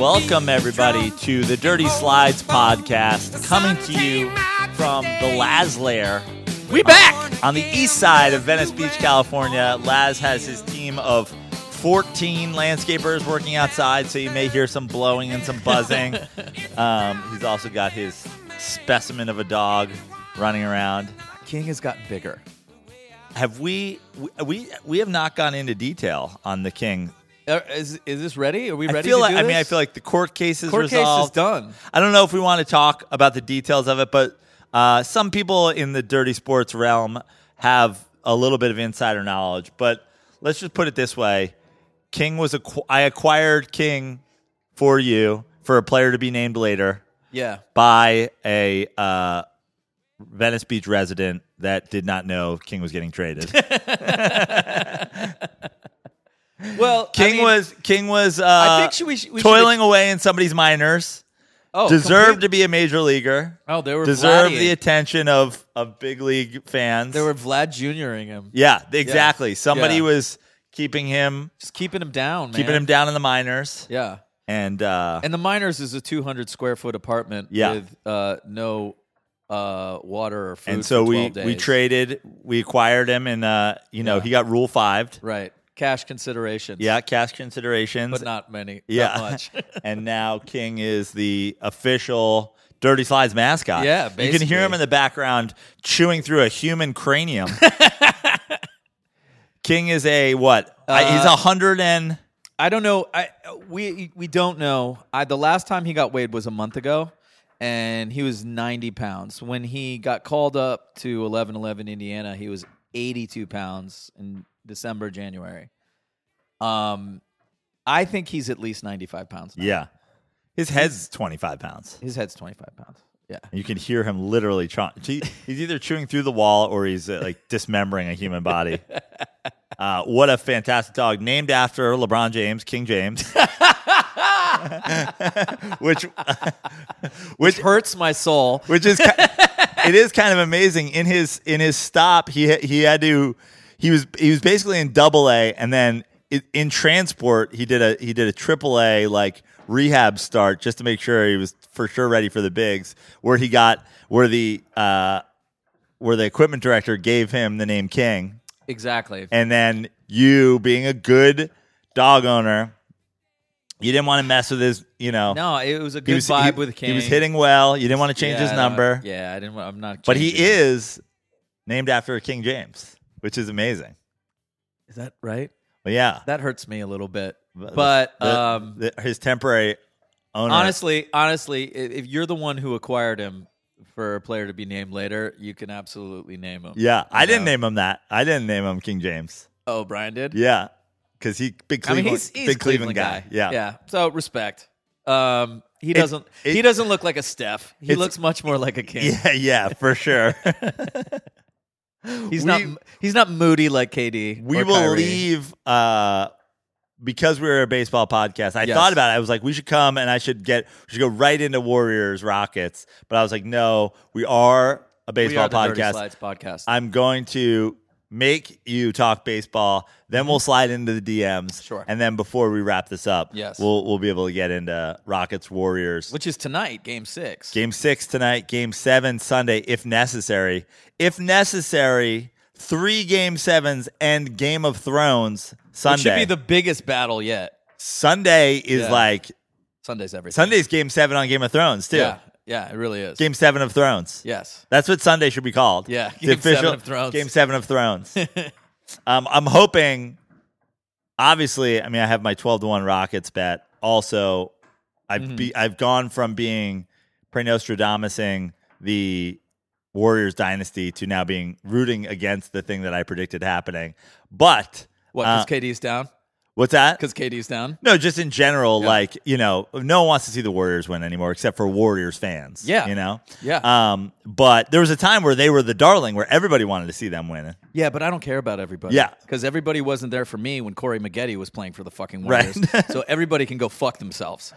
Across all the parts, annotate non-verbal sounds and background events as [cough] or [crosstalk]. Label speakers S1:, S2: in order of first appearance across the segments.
S1: Welcome, everybody, to the Dirty Slides podcast, coming to you from the Laz Lair
S2: We back.
S1: on the east side of Venice Beach, California. Laz has his team of 14 landscapers working outside, so you may hear some blowing and some buzzing. um, he's also got his specimen of a dog running around.
S2: King has gotten bigger.
S1: Have we, we, we, we have not gone into detail on the king.
S2: Uh, Is, is this ready? Are we ready?
S1: I feel
S2: to
S1: like,
S2: do
S1: I mean, I
S2: this?
S1: feel like the court case is
S2: court case is
S1: resolved.
S2: done.
S1: I don't know if we want to talk about the details of it, but uh, some people in the dirty sports realm have a little bit of insider knowledge. But let's just put it this way: King was acqu- I acquired King for you for a player to be named later
S2: Yeah,
S1: by a uh, Venice Beach resident that did not know King was getting traded. [laughs]
S2: Well,
S1: King
S2: I mean,
S1: was King was uh,
S2: I think she- we should- we
S3: [laughs]
S2: should
S1: toiling away in somebody's minors.
S2: oh,
S1: deserved
S2: complete-
S1: to be a major leaguer.
S2: Oh, they were
S1: deserved
S2: Vladdy-ing.
S1: the attention of of big league fans.
S2: They were Vlad Junioring him,
S1: yeah, exactly. Somebody
S2: Yeah.
S1: was keeping him,
S2: just keeping him down, man.
S1: keeping him down in the minors,
S2: Yeah,
S1: and uh,
S2: and the minors is a 200 square foot apartment
S1: Yeah.
S2: with uh, no uh, water or food.
S1: and so
S2: for
S1: we
S2: 12
S1: we
S2: days.
S1: traded, we acquired him, and uh, you know
S2: Yeah.
S1: he got rule fived.
S2: right cash considerations.
S1: Yeah, cash considerations,
S2: but not many. not
S1: yeah,
S2: much. [laughs]
S1: [laughs] and now King is the official. Dirty Slides mascot.
S2: Yeah,
S1: you can hear him
S2: basically.
S1: in the background chewing through a human
S2: [laughs]
S1: cranium. King is a what? I
S2: Uh,
S1: he's a hundred and
S2: I don't know. I we we don't know. I the last time he got weighed was a month ago, and he was ninety pounds. When he got called up to eleven eleven Indiana, he was eighty two pounds in December January. Um, I think he's at least ninety five pounds. now.
S1: Yeah. His head's 25 pounds.
S2: His head's twenty five pounds. Yeah,
S1: You can hear him literally trying. He's either chewing through the wall or he's uh, like dismembering a
S2: [laughs]
S1: human body. Uh, what a fantastic dog. Named after LeBron James, King
S2: [laughs]
S1: James. [laughs] which, which,
S2: hurts my soul.
S1: which is, ki- it is kind of amazing. In his, in his stop, he, he had to, he was, he was basically in double A and then i- in transport, he did a, he did a triple A like rehab start just to make sure he was for sure ready for the bigs where he got, where the, uh, where the equipment director gave him the name King.
S2: Exactly.
S1: And then you being a good dog owner, you didn't want to mess with his, you know,
S2: No, it was a good
S1: he was,
S2: vibe
S1: he,
S2: with King.
S1: He was hitting well. You didn't want to change
S2: Yeah,
S1: his
S2: no,
S1: number.
S2: yeah, I didn't. wa- I'm not.
S1: But he
S2: changing.
S1: is named after King James, which is amazing.
S2: Is that right?
S1: But yeah.
S2: That hurts me a little bit.
S1: The-
S2: But
S1: the-
S2: um,
S1: the- his temporary owner.
S2: Honestly, honestly, i- if you're the one who acquired him for a player to be named later, you can absolutely name him.
S1: yeah. I didn't
S2: Yeah.
S1: name him that. I didn't name him King James.
S2: Oh, Brian did.
S1: Yeah. Because he, big
S2: I
S1: Cleveland,
S2: mean, he's, he's
S1: big
S2: a Cleveland, guy.
S1: Yeah.
S2: yeah. So respect. Um, he doesn't.
S1: it-
S2: he doesn't look like a Steph. He
S1: It's-
S2: looks much more like a King.
S1: [laughs] Yeah. Yeah.
S2: [laughs]
S1: For sure.
S2: he's
S1: we-
S2: not. He's not moody like KD.
S1: we
S2: or
S1: will
S2: Kyrie.
S1: leave uh because we were a baseball podcast, I
S2: Yes.
S1: thought about it. I was like, we should come and I should get, we should go right into Warriors Rockets. But I was like, no, we are a
S2: We
S1: baseball
S2: are the Dirty
S1: podcast.
S2: Slides podcast.
S1: I'm going to make you talk baseball. Then we'll slide into the DMs.
S2: Mm-hmm. Sure.
S1: And then before we wrap this up,
S2: Yes.
S1: we'll we'll be able to get into Rockets Warriors.
S2: which is tonight, Game Six.
S1: Game six tonight, game seven Sunday, if necessary. If necessary, three game sevens and Game of Thrones
S2: Which
S1: Sunday.
S2: should be the biggest battle yet.
S1: Sunday is
S2: Yeah.
S1: like
S2: Sunday's everything.
S1: Sunday's game seven on Game of Thrones, too.
S2: Yeah. Yeah. It really is.
S1: Game seven of Thrones.
S2: Yes.
S1: That's what Sunday should be called.
S2: Yeah,
S1: The
S2: Game Seven
S1: official-
S2: of Thrones.
S1: Game seven
S2: [laughs]
S1: of Thrones. um, I'm hoping, obviously, I mean, I have my 12 to 1 Rockets bet. Also, I've,
S2: Mm-hmm.
S1: be, I've gone from being pre Nostradamusing the Warriors dynasty to now being rooting against the thing that I predicted happening. But uh,
S2: What? Because KD's down.
S1: What's that?
S2: because KD's down.
S1: No, just in general,
S2: Yeah.
S1: like you know, no one wants to see the Warriors win anymore, except for Warriors fans.
S2: Yeah.
S1: you know.
S2: Yeah.
S1: Um, but there was a time where they were the darling, where everybody wanted to see them win.
S2: Yeah, but I don't care about everybody.
S1: Yeah.
S2: because everybody wasn't there for me when Corey Maggette was playing for the fucking
S1: Right.
S2: Warriors.
S1: [laughs]
S2: so everybody can go fuck themselves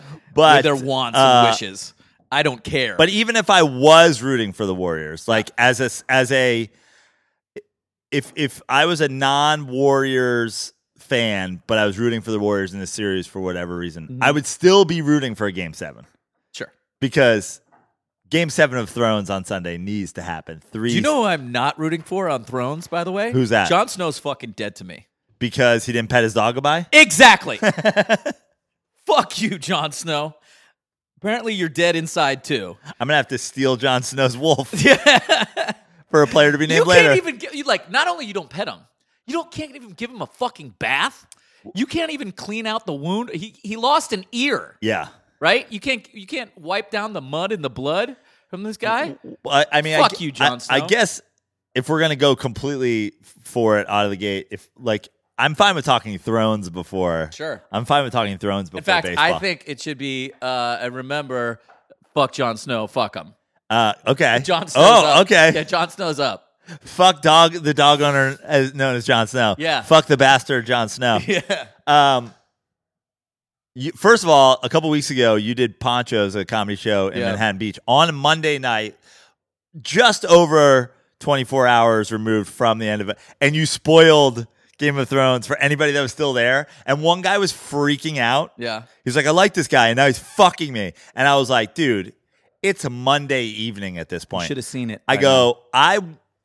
S2: with
S1: But,
S2: their wants
S1: uh,
S2: and wishes. I don't care.
S1: But even if I was rooting for the Warriors, like as a as a if if I was a non Warriors fan, but I was rooting for the Warriors in the series for whatever reason, I
S2: Mm-hmm.
S1: would still be rooting for a game seven
S2: sure.
S1: because game seven of Thrones on Sunday needs to happen. Three
S2: Do you know who I'm not rooting for on Thrones? By the way,
S1: Who's that?
S2: Jon Snow's fucking dead to me.
S1: because he didn't pet his dog goodbye. [laughs]
S2: Exactly. Fuck you, Jon Snow. Apparently, you're dead inside too.
S1: I'm gonna have to steal Jon Snow's wolf
S2: [laughs] Yeah.
S1: for a player to be named
S2: you
S1: later.
S2: can't even gi- you like. Not only you don't pet him, you don't can't even give him a fucking bath. You can't even clean out the wound. He he lost an ear,
S1: yeah,
S2: right? You can't you can't wipe down the mud and the blood from this guy.
S1: Well, I, I mean, I,
S2: Fuck
S1: gu-
S2: you, Jon
S1: I-
S2: Snow.
S1: I, guess if we're gonna go completely for it out of the gate, if like I'm fine with talking Thrones before.
S2: Sure.
S1: I'm fine with talking Thrones before
S2: In fact,
S1: baseball.
S2: I think it should be uh, and remember, fuck Jon Snow, fuck him. [laughs]
S1: uh, okay.
S2: Jon Snow's
S1: Oh,
S2: up.
S1: okay.
S2: Yeah, Jon Snow's up.
S1: [laughs] Fuck dog, the dog owner as known as Jon Snow.
S2: Yeah.
S1: Fuck the bastard,
S2: [laughs]
S1: Jon Snow.
S2: Yeah.
S1: Um, you, first of all, a couple weeks ago, you did Ponchos, a comedy show in
S2: Yeah.
S1: Manhattan Beach on Monday night, just over 24 hours removed from the end of it. And you spoiled Game of Thrones for anybody that was still there. And one guy was freaking out.
S2: Yeah.
S1: He's like, I like this guy. And now he's fucking me. And I was like, dude, it's a Monday evening at this point.
S2: Should have seen it.
S1: I go, I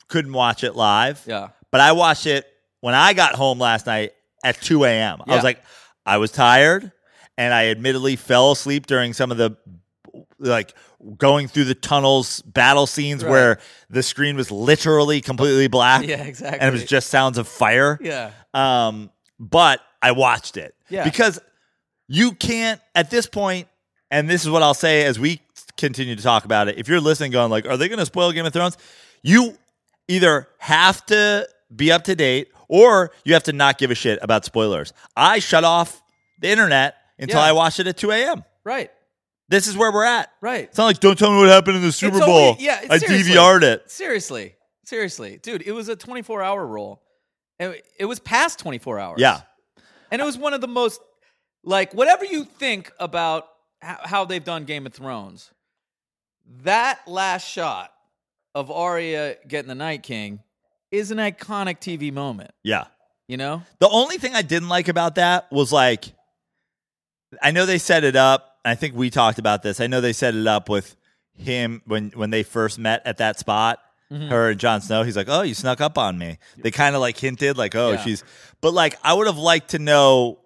S1: couldn't watch it live.
S2: Yeah.
S1: But I watched it when I got home last night at 2 a.m. I
S2: Yeah.
S1: was like, I was tired and I admittedly fell asleep during some of the like going through the tunnels battle scenes
S2: Right.
S1: where the screen was literally completely black.
S2: [laughs] Yeah, exactly.
S1: And it was just sounds of fire.
S2: Yeah.
S1: Um, but I watched it.
S2: Yeah.
S1: Because you can't at this point, and this is what I'll say as we continue to talk about it. If you're listening, going like, are they going to spoil Game of Thrones? You either have to be up to date or you have to not give a shit about spoilers. I shut off the internet until
S2: Yeah.
S1: I watched it at 2 a.m.
S2: Right.
S1: This is where we're at.
S2: Right.
S1: It's not like don't tell me what happened in the Super
S2: only-
S1: Bowl.
S2: yeah,
S1: I
S2: seriously.
S1: DVR'd it.
S2: Seriously. Seriously. Dude, it was a 24 hour rule. It, it was past 24 hours.
S1: Yeah.
S2: And it was one of the most, like, whatever you think about how, how they've done Game of Thrones, that last shot of Arya getting the Night King is an iconic TV moment,
S1: Yeah.
S2: you know?
S1: The only thing I didn't like about that was like, I know they set it up. I think we talked about this. I know they set it up with him when when they first met at that spot. Her and Jon Snow. He's like, oh, you snuck up on me. They kind of like hinted, like, oh,
S2: Yeah.
S1: she's. But like, I would have liked to know,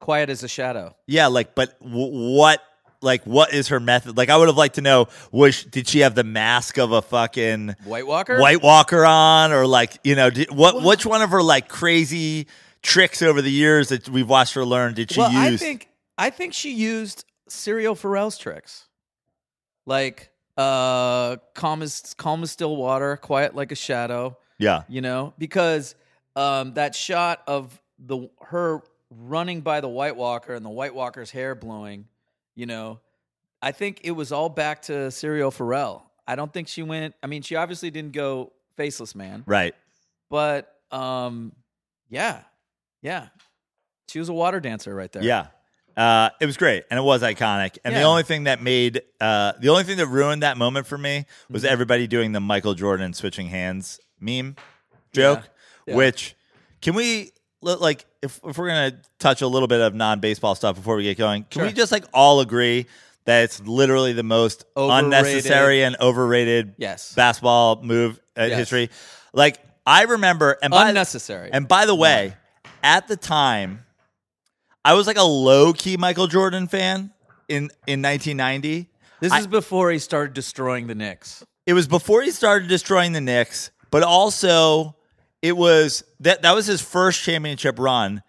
S2: Quiet as a shadow.
S1: yeah, like, but w- what, like, what is her method? Like, I would have liked to know, was she- did she have the mask of a fucking
S2: White Walker?
S1: White Walker on, or like you know, did, what which one of her like crazy tricks over the years that we've watched her learn did she
S2: well,
S1: use?
S2: I think I think she used Serial Pharrell's tricks, like uh, calm as calm as still water, quiet like a shadow.
S1: yeah,
S2: You know, because um, that shot of the her running by the White Walker and the White Walker's hair blowing. You know, I think it was all back to Serial Pharrell. I don't think she went. I mean, she obviously didn't go faceless man,
S1: right.
S2: but um, yeah, yeah, she was a water dancer right there.
S1: Yeah. Uh, it was great and it was iconic. And the
S2: Yeah.
S1: only thing that made, uh, the only thing that ruined that moment for me was
S2: Mm-hmm.
S1: everybody doing the Michael Jordan switching hands meme joke,
S2: Yeah.
S1: which can we, li- like, if, if we're going to touch a little bit of non baseball stuff before we get going, can we
S2: Sure.
S1: just like all agree that it's literally the most
S2: Overrated.
S1: unnecessary and overrated
S2: Yes.
S1: basketball move uh,
S2: Yes.
S1: history? Like, I remember, and by,
S2: unnecessary.
S1: And by the way, at the time, I was like a low key Michael Jordan fan in in 1990.
S2: this is before he started destroying the Knicks.
S1: It was before he started destroying the Knicks, but also it was that that was his first championship run.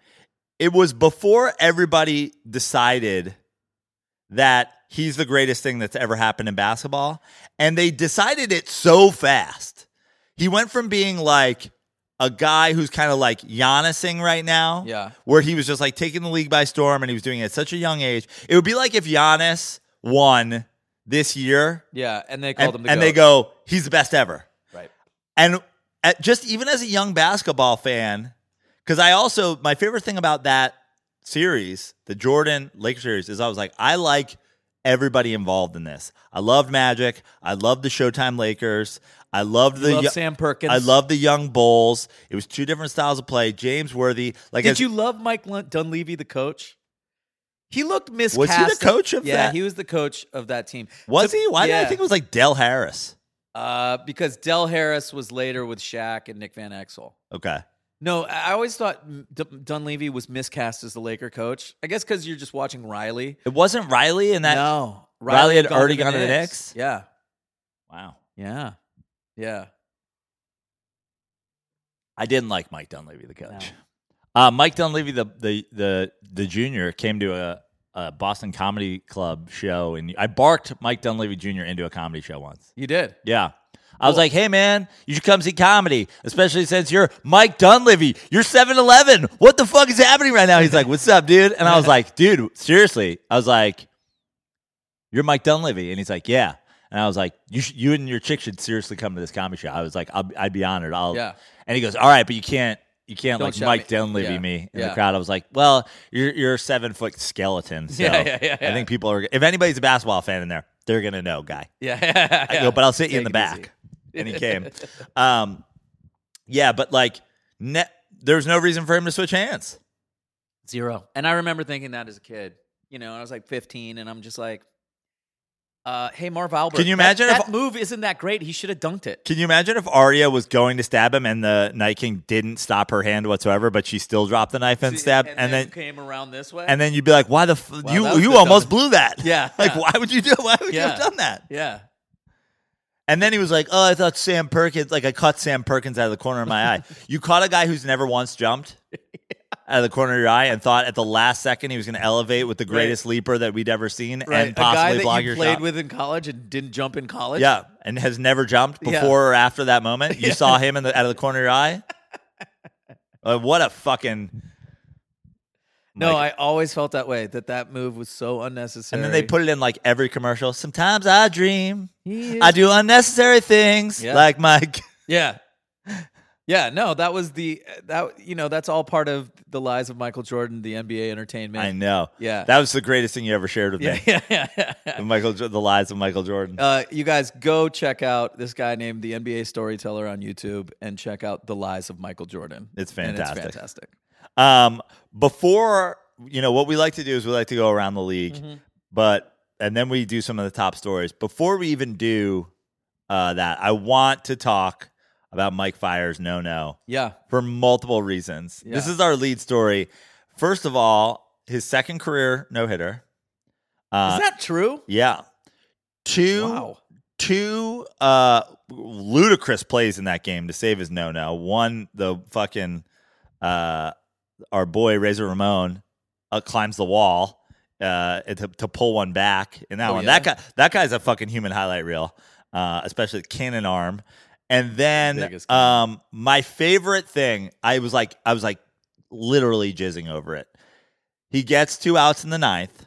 S1: It was before everybody decided that he's the greatest thing that's ever happened in basketball, and they decided it so fast. He went from being like a guy who's kind of like Giannising right now.
S3: Yeah.
S1: Where he was just like taking the league by storm and he was doing it at such a young age. It would be like if Giannis won this year
S3: Yeah, and they called
S1: and,
S3: him the
S1: and
S3: goat.
S1: they go, he's the best ever.
S3: right.
S1: And at just even as a young basketball fan, because I also, my favorite thing about that series, the Jordan Lakers series, is I was like, I like everybody involved in this. I loved Magic. I loved the Showtime Lakers. I loved the.
S3: Love
S1: yo-
S3: Sam Perkins.
S1: I loved the young Bulls. It was two different styles of play. James Worthy, like
S3: Did
S1: as-
S3: you love Mike Lun- Dunleavy, the coach? He looked miscast.
S1: Was he the coach of
S3: yeah,
S1: that?
S3: he was the coach of that team.
S1: was
S3: So-
S1: he? Why did
S3: yeah.
S1: I think it was like Dell Harris?
S3: Uh, because Dell Harris was later with Shaq and Nick Van Exel.
S1: Okay,
S3: No, I I always thought D- Dunleavy was miscast as the Laker coach. I guess because you're just watching Riley.
S1: it wasn't Riley, and that.
S3: no,
S1: Riley had already gone to the Knicks?
S3: Yeah,
S1: Wow,
S3: yeah, yeah.
S1: I didn't like Mike Dunleavy, the
S3: No.
S1: coach. Uh, Mike Dunleavy, the the the the junior, came to a, a Boston Comedy Club show, and I barked Mike Dunleavy Jr. into a comedy show once.
S3: You did.
S1: Yeah. I was like, hey, man, you should come see comedy, especially since you're Mike Dunleavy. You're 7 Eleven. What the fuck is happening right now? He's like, what's up, dude? And I was like, dude, seriously. I was like, you're Mike Dunleavy. And he's like, yeah. And I was like, you, sh- you and your chick should seriously come to this comedy show. I was like, I'll, I'd be honored. I'll,
S3: Yeah.
S1: And he goes, all right, but you can't, you can't
S3: Don't
S1: like
S3: shout
S1: Mike
S3: me-
S1: Dunleavy
S3: yeah,
S1: me in
S3: yeah.
S1: the crowd. I was like, well, you're, you're a seven foot skeleton. So
S3: [laughs] Yeah, yeah, yeah,
S1: I
S3: yeah.
S1: think people are, if anybody's a basketball fan in there, they're going to know, guy.
S3: Yeah, [laughs]
S1: I go, but I'll sit you in the
S3: Take it easy.
S1: back. And he came. um, yeah, but like, ne- there's no reason for him to switch hands.
S3: Zero. And I remember thinking that as a kid. You know, I was like 15, and I'm just like, uh, "Hey, Marv Albert,
S1: Can you
S3: that-
S1: imagine
S3: that,
S1: if-
S3: move isn't that great? He should have dunked it."
S1: Can you imagine if Arya was going to stab him and the Night King didn't stop her hand whatsoever, but she still dropped the knife and stabbed, and, then,
S3: came around this way.
S1: and then you'd be like, why the f-
S3: Wow, that
S1: you
S3: was
S1: you
S3: the
S1: almost
S3: dumbest-
S1: blew that?
S3: Yeah,
S1: [laughs] like
S3: yeah.
S1: why would you do? Why would you have
S3: Yeah.
S1: done that?
S3: yeah,
S1: And then he was like, oh, I thought Sam Perkins, like I caught Sam Perkins out of the corner of
S3: [laughs]
S1: my eye. You caught a guy who's never once jumped. Out of the corner of your eye, and thought at the last second he was going to elevate with the greatest leaper that we'd ever seen,
S3: right.
S1: and
S3: a guy
S1: possibly
S3: that
S1: block
S3: you
S1: your
S3: played
S1: shot.
S3: with in college and didn't jump in college.
S1: Yeah, and has never jumped before
S3: Yeah.
S1: or after that moment.
S3: [laughs]
S1: You saw him in the, out of the corner of your eye. Uh, what a fucking!
S3: No,
S1: Like-
S3: I always felt that way. That that move was so unnecessary.
S1: and then they put it in like every commercial. Sometimes I dream,
S3: He
S1: I
S3: is-
S1: do unnecessary things
S3: Yeah.
S1: like [laughs] Mike.
S3: Yeah. Yeah, no, that was the that you know that's all part of the lies of Michael Jordan, the NBA entertainment.
S1: I know.
S3: Yeah.
S1: that was the greatest thing you ever shared with
S3: yeah, [laughs]
S1: me.
S3: yeah, yeah, yeah.
S1: The Michael, Jo- the lies of Michael Jordan.
S3: Uh, you guys go check out this guy named the NBA Storyteller on YouTube and check out the lies of Michael Jordan.
S1: It's
S3: And
S1: fantastic.
S3: it's fantastic.
S1: Um, before you know what we like to do is we like to go around the league,
S3: Mm-hmm.
S1: but and then we do some of the top stories. Before we even do uh, that, I want to talk about Mike Fires no no
S3: Yeah,
S1: for multiple reasons. This
S3: Yeah.
S1: is our lead story. First of all, his second career no hitter. Uh,
S3: is that true?
S1: yeah, two
S3: Wow.
S1: two uh ludicrous plays in that game to save his no no. One the fucking uh our boy Razor Ramon uh, climbs the wall uh to, to pull one back in that
S3: Oh,
S1: one.
S3: yeah?
S1: That guy that guy's a fucking human highlight reel. Uh especially the cannon arm. And then
S3: Biggest cannon.
S1: um my favorite thing, I was like I was like literally jizzing over it. He gets two outs in the ninth,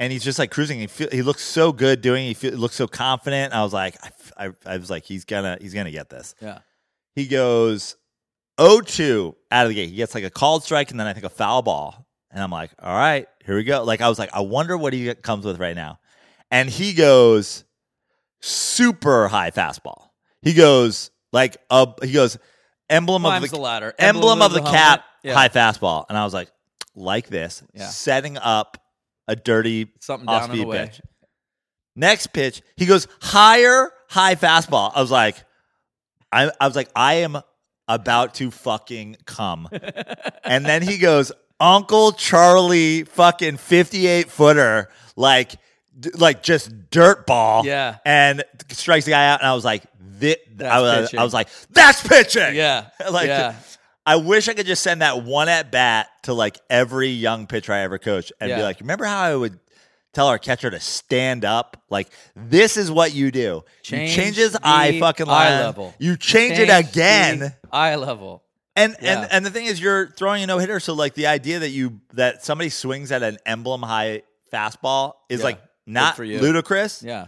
S1: and he's just like cruising. He feel, he looks so good doing. It. He feel, looks so confident. I was like, I, f- I- I was like, he's gonna he's gonna get this.
S3: Yeah.
S1: He goes 0-2 out of the gate. He gets like a called strike and then I think a foul ball. And I'm like, all right, here we go. Like I was like, I wonder what he comes with right now. And he goes super high fastball. He goes like a he goes emblem of
S3: Climbs
S1: the,
S3: the, ladder.
S1: emblem, of the,
S3: helmet.
S1: cap,
S3: Yeah.
S1: high fastball. And I was like, like this,
S3: Yeah.
S1: setting up a dirty
S3: Something
S1: off
S3: down and
S1: speed
S3: away.
S1: pitch. Next pitch, he goes higher, high fastball. I was like, I, I was like, I am about to fucking
S3: [laughs]
S1: come. and then he goes, Uncle Charlie, fucking 58 footer, like, d- like just dirt ball.
S3: Yeah.
S1: And strikes the guy out. And I was like, thi- I,
S3: That's
S1: was,
S3: pitching.
S1: I was like, that's pitching.
S3: Yeah.
S1: [laughs] like,
S3: yeah.
S1: I wish I could just send that one at bat to like every young pitcher I ever coached and
S3: Yeah.
S1: be like, remember how I would tell our catcher to stand up. Like this is what you do.
S3: Change
S1: you change his
S3: the
S1: eye fucking
S3: eye
S1: line.
S3: level.
S1: You change, it
S3: Change
S1: again.
S3: the Eye level.
S1: And
S3: Yeah.
S1: and and the thing is, you're throwing a no hitter. So like the idea that you that somebody swings at an emblem high fastball is
S3: Yeah.
S1: like not
S3: for you.
S1: ludicrous.
S3: Yeah.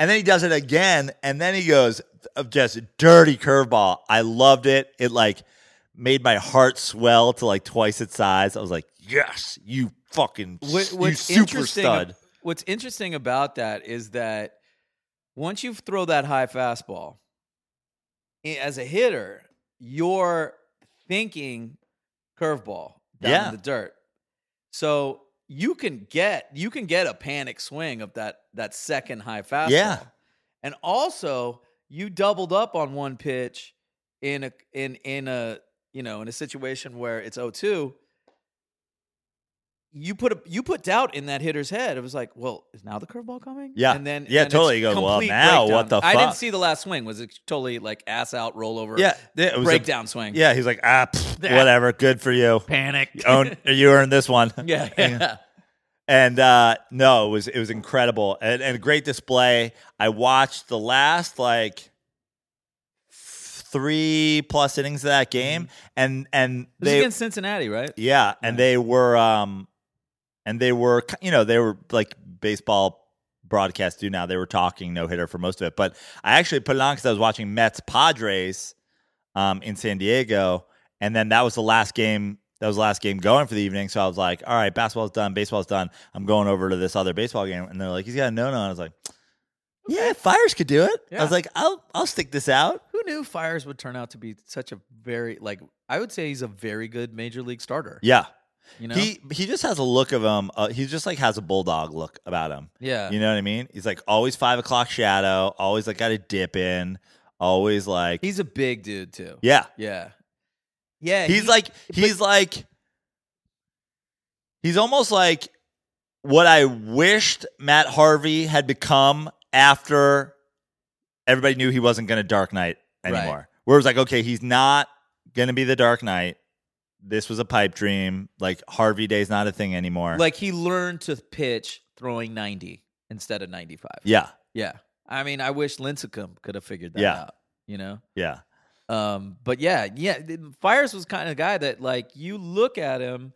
S1: And then he does it again, and then he goes of just dirty curveball. I loved it. It like made my heart swell to like twice its size. I was like, yes, you fucking
S3: What,
S1: you
S3: what's
S1: super
S3: interesting,
S1: stud.
S3: What's interesting about that is that once you throw that high fastball, i- as a hitter, you're thinking curveball down
S1: Yeah.
S3: in the dirt. So you can get you can get a panic swing of that that second high fastball.
S1: Yeah.
S3: And also you doubled up on one pitch in a in in a you know in a situation where it's 0-2 you put a you put doubt in that hitter's head. It was like, well, is now the curveball coming?
S1: Yeah.
S3: and then
S1: Yeah,
S3: and it's
S1: totally. You go, well,
S3: complete
S1: now what the
S3: I didn't
S1: fuck?
S3: see the last swing. Was it totally like ass out rollover?
S1: Yeah, it was a-
S3: breakdown swing.
S1: Yeah, he's like, ah, pfft,
S3: Yeah.
S1: whatever. Good for you.
S3: panic.
S1: You
S3: [laughs]
S1: Own, you earned this one.
S3: yeah, yeah,
S1: And uh, no, it was it was incredible and, and a great display. I watched the last like three plus innings of that game,
S3: Mm-hmm.
S1: and and
S3: This is
S1: they
S3: against Cincinnati, right?
S1: yeah, and they were um, and they were you know they were like baseball broadcasts do now. They were talking no hitter for most of it, but I actually put it on because I was watching Mets Padres um, in San Diego, and then that was the last game. That was the last game going for the evening. So I was like, "All right, basketball's done, baseball's done. I'm going over to this other baseball game." And they're like, "He's got a no-no." And I was like, "Yeah, Fires could do it." I
S3: Yeah.
S1: was like, "I'll I'll stick this out."
S3: Who knew Fires would turn out to be such a very like I would say he's a very good major league starter.
S1: Yeah,
S3: You know,
S1: he he just has a look of him. Uh, he just like has a bulldog look about him.
S3: yeah,
S1: You know what I mean? He's like always five o'clock shadow. Always like got a dip in. Always like
S3: he's a big dude too.
S1: yeah.
S3: yeah, yeah.
S1: He's
S3: he-
S1: like he's like he's almost like what I wished Matt Harvey had become after everybody knew he wasn't going to Dark Knight
S3: Right.
S1: anymore. Where it was like, okay, he's not going to be the Dark Knight. This was a pipe dream. Like Harvey Day's not a thing anymore.
S3: like he learned to pitch throwing ninety instead of ninety five.
S1: yeah,
S3: Yeah. I mean, I wish Lincecum could have figured that
S1: Yeah.
S3: out, you know?
S1: yeah,
S3: Um, but yeah, yeah, th- Fires was kind of the guy that like you look at him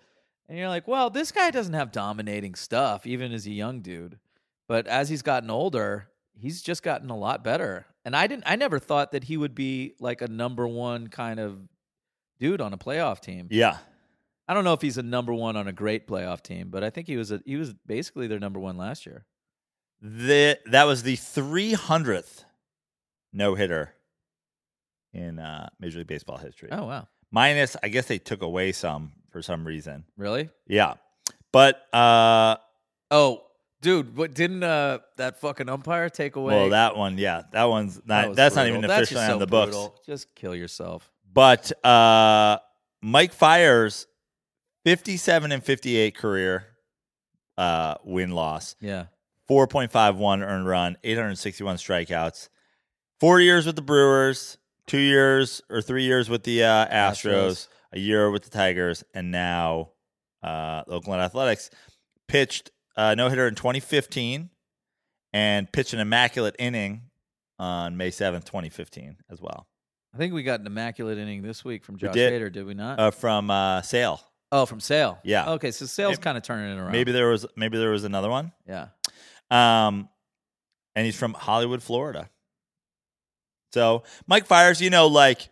S3: and you're like, well, this guy doesn't have dominating stuff, even as a young dude. But as he's gotten older, he's just gotten a lot better. And I didn't I never thought that he would be like a number one kind of dude on a playoff team.
S1: yeah.
S3: I don't know if he's a number one on a great playoff team, but I think he was a, he was basically their number one last year.
S1: The that was the three hundredth no hitter in uh, Major League Baseball history.
S3: Oh wow.
S1: minus i guess they took away some for some reason
S3: Really?
S1: yeah but uh
S3: Oh, dude, what didn't uh that fucking umpire take away?
S1: well that one yeah that one's
S3: That
S1: not
S3: was
S1: that's
S3: brutal.
S1: not even
S3: That's just
S1: officially
S3: so
S1: on the books
S3: brutal. Just kill yourself.
S1: but uh mike fires 57 and 58 career uh win loss
S3: Yeah.
S1: 4.51 earned run 861 strikeouts four years with the brewers two years or three years with the uh astros. a year with the Tigers, and now uh, the Oakland Athletics. Pitched uh, no hitter in 2015 and pitched an immaculate inning on May 7th, 2015 as well
S3: I think we got an immaculate inning this week from Josh
S1: did.
S3: Hader, did we not?
S1: uh, from uh, Sale.
S3: oh, from Sale.
S1: yeah.
S3: Okay, so Sale's
S1: May-
S3: kind of turning it around.
S1: Maybe there was maybe there was another one.
S3: Yeah.
S1: Um, and he's from Hollywood, Florida. So Mike Fires, you know, like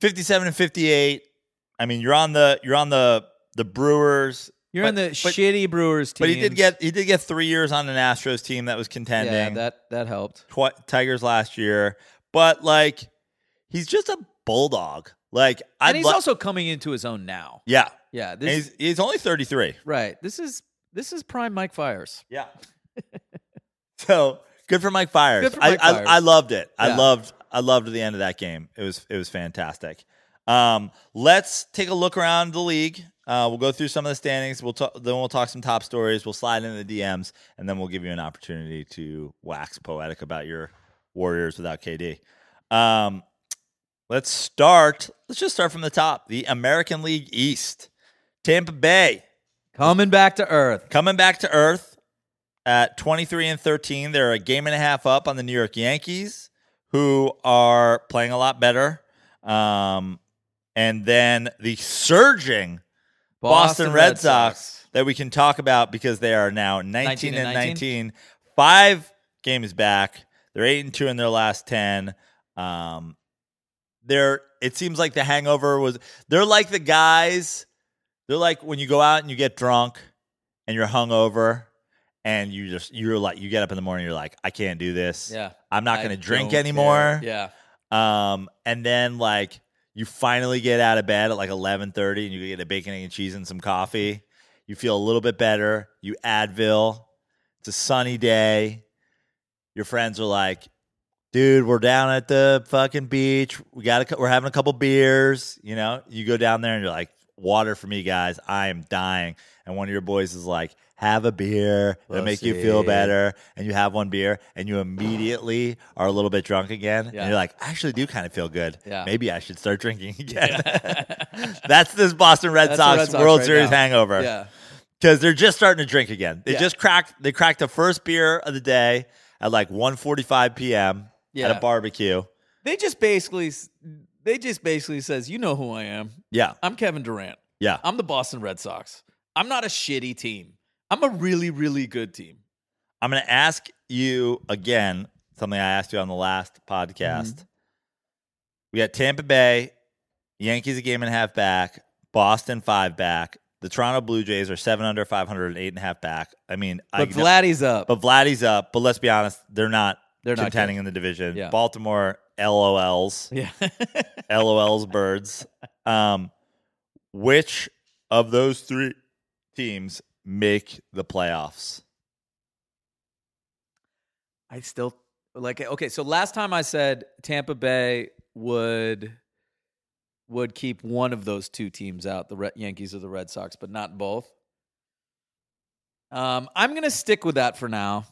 S1: fifty-seven and fifty-eight. I mean, you're on the you're on the the Brewers.
S3: You're in the
S1: But- but-
S3: shitty Brewers team.
S1: But he did get he did get three years on an Astros team that was contending.
S3: Yeah, that that helped.
S1: Twi- Tigers last year, but like he's just a bulldog. Like I
S3: and he's
S1: lo-
S3: also coming into his own now.
S1: yeah,
S3: Yeah.
S1: And
S3: This
S1: he's he's only thirty three.
S3: right. This is this is prime Mike Fires.
S1: Yeah. [laughs] so good for Mike Fires.
S3: Good for
S1: I,
S3: Mike Fires.
S1: I I loved it. I
S3: Yeah.
S1: loved I loved the end of that game. It was it was fantastic. Um, let's take a look around the league. Uh, we'll go through some of the standings. We'll talk, then we'll talk some top stories. We'll slide into the DMs, and then we'll give you an opportunity to wax poetic about your Warriors without KD. Um, let's start. Let's just start from the top. The American League East. Tampa Bay
S3: Coming back to earth.
S1: coming back to earth at 23 and 13. They're a game and a half up on the New York Yankees, who are playing a lot better. Um, and then the surging Boston, Red, Sox, that we can talk about because they are now 19,
S3: 19
S1: and
S3: and
S1: 19, five games back. They're 8 and 2 in their last 10. Um, they're it seems like the hangover was they're like the guys they're like when you go out and you get drunk and you're hungover and you just you're like you get up in the morning you're like I can't do this.
S3: Yeah.
S1: I'm not
S3: I
S1: going to drink
S3: don't
S1: anymore.
S3: care. Yeah.
S1: Um, and then like you finally get out of bed at like eleven thirty, and you get a bacon egg and cheese and some coffee. You feel a little bit better. You Advil. It's a sunny day. Your friends are like, "Dude, we're down at the fucking beach. We got a, cou- we're having a couple beers." You know, you go down there and you're like, "Water for me, guys. I am dying." And one of your boys is like, "Have a beer. It'll make you feel
S3: Pussy.
S1: better." beer and you have one beer and you immediately are a little bit drunk again
S3: Yeah.
S1: and you're like, I actually do kind of feel good.
S3: Yeah.
S1: Maybe I should start drinking [laughs] again.
S3: [laughs]
S1: That's this Boston Red
S3: That's the
S1: Sox
S3: Red Sox
S1: World
S3: right
S1: Series
S3: now.
S1: hangover
S3: Yeah.
S1: because they're just starting to drink again. They
S3: Yeah.
S1: just cracked they cracked the first beer of the day at like 1:45 p.m. at
S3: Yeah.
S1: a barbecue.
S3: They just basically s- they just basically says, "You know who I am.
S1: Yeah,
S3: I'm Kevin Durant.
S1: yeah.
S3: I'm the Boston Red Sox. I'm not a shitty team. I'm a really really good team."
S1: I'm going to ask you again something I asked you on the last
S3: Mm-hmm.
S1: podcast. We got Tampa Bay, Yankees a game and a half back, Boston five back. The Toronto Blue Jays are seven under 500 and eight and a half back. I mean, I,
S3: But Vladdy's up.
S1: but Vladdy's up. But let's be honest, they're not
S3: They're not
S1: contending in the division.
S3: Yeah.
S1: Baltimore, LOLs.
S3: [laughs] yeah.
S1: LOL's birds. Um, which of those three teams make the playoffs?
S3: I still like okay, so last time I said Tampa Bay would would keep one of those two teams out, the Red, Yankees or the Red Sox, but not both. Um, I'm going to stick with that for now,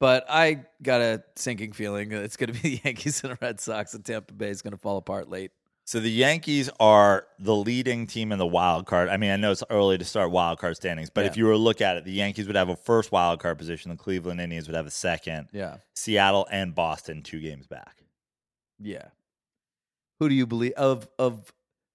S3: but I got a sinking feeling that it's going to be [laughs] the Yankees and the Red Sox and Tampa Bay is going to fall apart late.
S1: So the Yankees are the leading team in the wild card. I mean, I know it's early to start wild card standings, but if
S3: Yeah.
S1: you were to look at it, the Yankees would have a first wild card position. The Cleveland Indians would have a second.
S3: Yeah.
S1: Seattle and Boston, two games back.
S3: Yeah. Who do you believe of of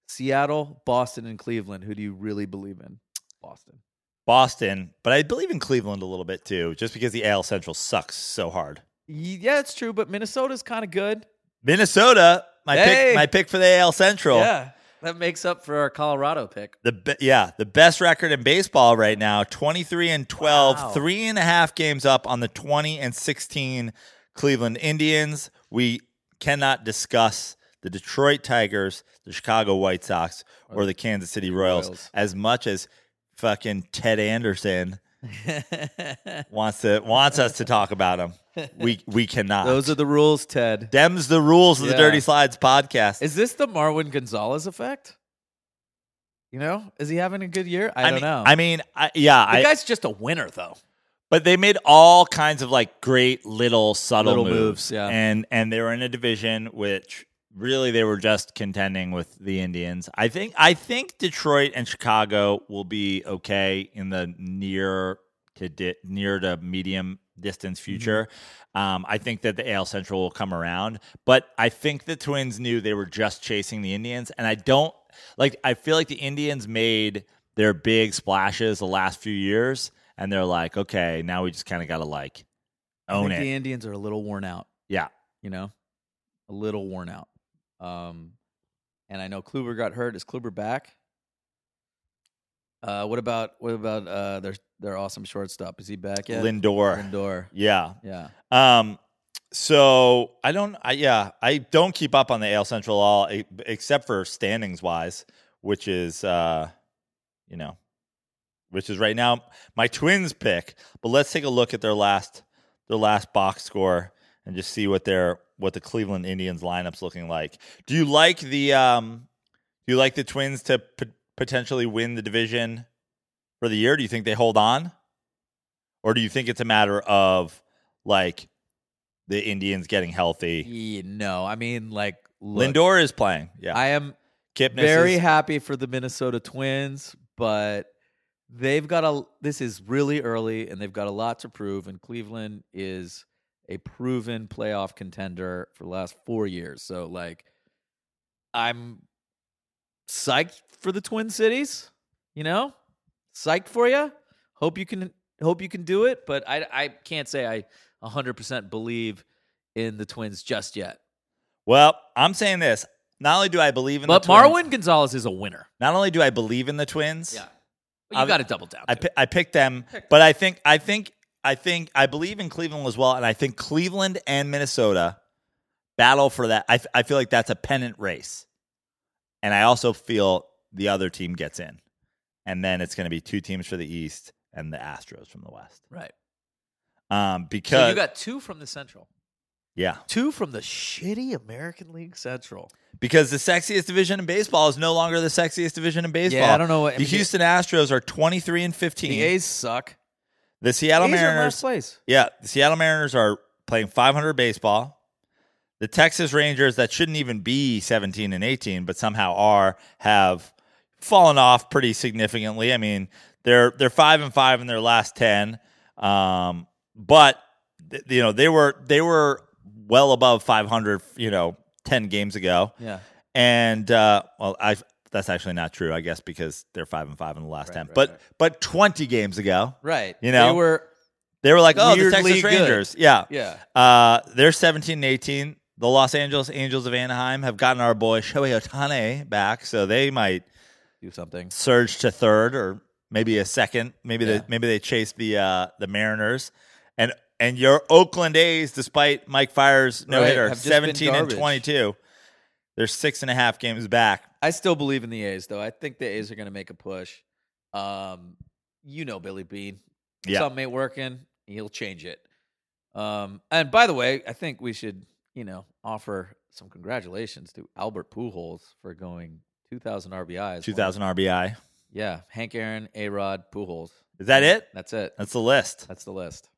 S3: Seattle, Boston and Cleveland, who do you really believe in? Boston.
S1: Boston, but I believe in Cleveland a little bit too, just because the AL Central sucks so hard.
S3: Y- Yeah, it's true, but Minnesota's kind of good.
S1: Minnesota, my
S3: Hey.
S1: pick, my pick for the AL Central.
S3: Yeah, that makes up for our Colorado pick.
S1: The be- yeah, the best record in baseball right now, 23 and 12,
S3: Wow.
S1: three and a half games up on the 20 and 16 Cleveland Indians. We cannot discuss the Detroit Tigers, the Chicago White Sox, or the Kansas City Royals,
S3: Royals.
S1: as much as fucking Ted
S3: [laughs]
S1: Anderson wants to wants us to talk about them. We we cannot.
S3: Those are the rules, Ted.
S1: Dem's the rules of the
S3: Yeah.
S1: Dirty Slides podcast.
S3: Is this the Marwin Gonzalez effect? You know, is he having a good year? I, don't
S1: mean,
S3: know.
S1: I mean, I, yeah,
S3: the
S1: I,
S3: guy's just a winner, though.
S1: But they made all kinds of like great little subtle
S3: Little
S1: moves.
S3: moves, yeah.
S1: And and they were in a division which really they were just contending with the Indians. I think I think Detroit and Chicago will be okay in the near to di- near to medium distance
S3: Mm-hmm.
S1: future. Um, I think that the AL Central will come around, but I think the Twins knew they were just chasing the Indians, and I don't like. I feel like the Indians made their big splashes the last few years, and they're like, okay, now we just kind of got to like
S3: I
S1: own
S3: think
S1: it.
S3: the Indians are a little worn out.
S1: Yeah.
S3: you know, a little worn out. Um, and I know Kluber got hurt. Is Kluber back? Uh, what about what about uh, their their awesome shortstop? Is he back yet?
S1: Lindor,
S3: Lindor.
S1: yeah.
S3: Yeah.
S1: Um, so I don't, I yeah, I don't keep up on the AL Central all e- except for standings wise, which is, uh, you know, which is right now my Twins pick. But let's take a look at their last their last box score and just see what their what the Cleveland Indians lineup's looking like. Do you like the um, do you like the Twins to p- potentially win the division for the year? Do you think they hold on, or do you think it's a matter of like the Indians getting healthy?
S3: Yeah, no, I mean like look,
S1: Lindor is playing. Yeah,
S3: I am
S1: Kipnis
S3: very
S1: is-
S3: happy for the Minnesota Twins, but they've got a this is really early and they've got a lot to prove and cleveland is a proven playoff contender for the last four years so like i'm psyched for the twin cities you know psyched for you hope you can hope you can do it but i i can't say i 100% believe in the twins just yet
S1: Well, I'm saying this. Not only do I believe in
S3: but
S1: the twins,
S3: marwin gonzalez is a winner
S1: not only do I believe in the twins,
S3: but you
S1: I've-
S3: got to double down
S1: I,
S3: too.
S1: pi- I picked them, but I think I think I think I believe in Cleveland as well, and I think Cleveland and Minnesota battle for that. I f- I feel like that's a pennant race, and I also feel the other team gets in, and then it's going to be two teams for the East and the Astros from the West.
S3: right
S1: Um,
S3: so
S1: because
S3: you got two from the central
S1: yeah,
S3: two from the shitty American League Central.
S1: because the sexiest division in baseball is no longer the sexiest division in baseball.
S3: Yeah, I don't know what I
S1: the
S3: mean,
S1: Houston Astros are twenty three and
S3: The,
S1: fifteen.
S3: the A's suck.
S1: the Seattle
S3: A's are in
S1: Mariners
S3: last place.
S1: Yeah, the Seattle Mariners are playing 500 baseball. The Texas Rangers, that shouldn't even be 17 and 18, but somehow are, have fallen off pretty significantly. I mean, they're they're five and five in their last 10, um, but th- you know they were they were well above 500. You know, 10 games ago,
S3: Yeah,
S1: and uh, well, I that's actually not true, I guess, because they're five and five in the last
S3: Right,
S1: 10.
S3: right,
S1: but
S3: right.
S1: but 20 games ago,
S3: right.
S1: You know?
S3: they were.
S1: they were like, oh, the
S3: Weirdly
S1: Texas
S3: good.
S1: Rangers, yeah,
S3: Yeah,
S1: uh, they're 17 and 18. The Los Angeles Angels of Anaheim have gotten our boy Shohei Otane back, so they might
S3: do something.
S1: surge to third or maybe a second. Maybe
S3: Yeah.
S1: they maybe they chase the uh, the Mariners and and your Oakland A's, despite Mike Fire's no
S3: Right,
S1: hitter,
S3: have just been
S1: 17 and
S3: garbage.
S1: 22. They're six and a half games back.
S3: I still believe in the A's, though. I think the A's are going to make a push. Um, you know, Billy Bean.
S1: Yeah.
S3: Something ain't working. He'll change it. Um, and by the way, I think we should, you know, offer some congratulations to Albert Pujols for going 2,000 RBIs.
S1: 2,000 RBI.
S3: Yeah, Hank Aaron, A Rod, Pujols.
S1: Is that it?
S3: That's it.
S1: That's the list.
S3: That's the list.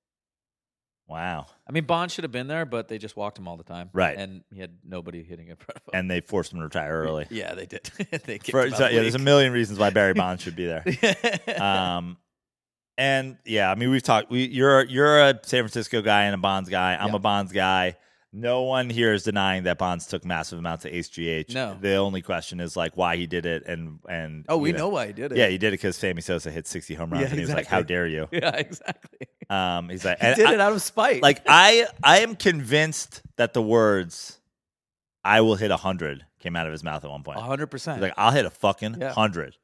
S1: Wow.
S3: I mean, Bond should have been there, but they just walked him all the time.
S1: Right.
S3: And he had nobody hitting in front of him.
S1: And they forced him to retire early.
S3: [laughs] yeah, they did. [laughs] they kicked
S1: For-
S3: him out
S1: so,
S3: of
S1: yeah, there's a
S3: the
S1: million reasons why
S3: [laughs]
S1: Barry Bonds should be there.
S3: league. [laughs]
S1: um, and yeah, I mean, we've talked. We, you're you're a San Francisco guy and a Bonds guy. I'm
S3: Yeah.
S1: a Bonds guy. No one here is denying that Bonds took massive amounts of HGH.
S3: No.
S1: the only question is like why he did it and and
S3: oh, we
S1: you
S3: know why he did it.
S1: Yeah, he did it because Sammy Sosa hit 60 home runs,
S3: Yeah,
S1: and he was like,
S3: exactly.
S1: "How dare you?"
S3: [laughs] yeah, exactly.
S1: Um, he's like,
S3: He
S1: and
S3: did
S1: I-
S3: it out of spite.
S1: like I I am convinced that the words "I will hit hundred came out of his mouth at one point.
S3: hundred
S1: He's
S3: percent.
S1: like, "I'll hit a fucking
S3: Oh, Yeah.
S1: hundred,"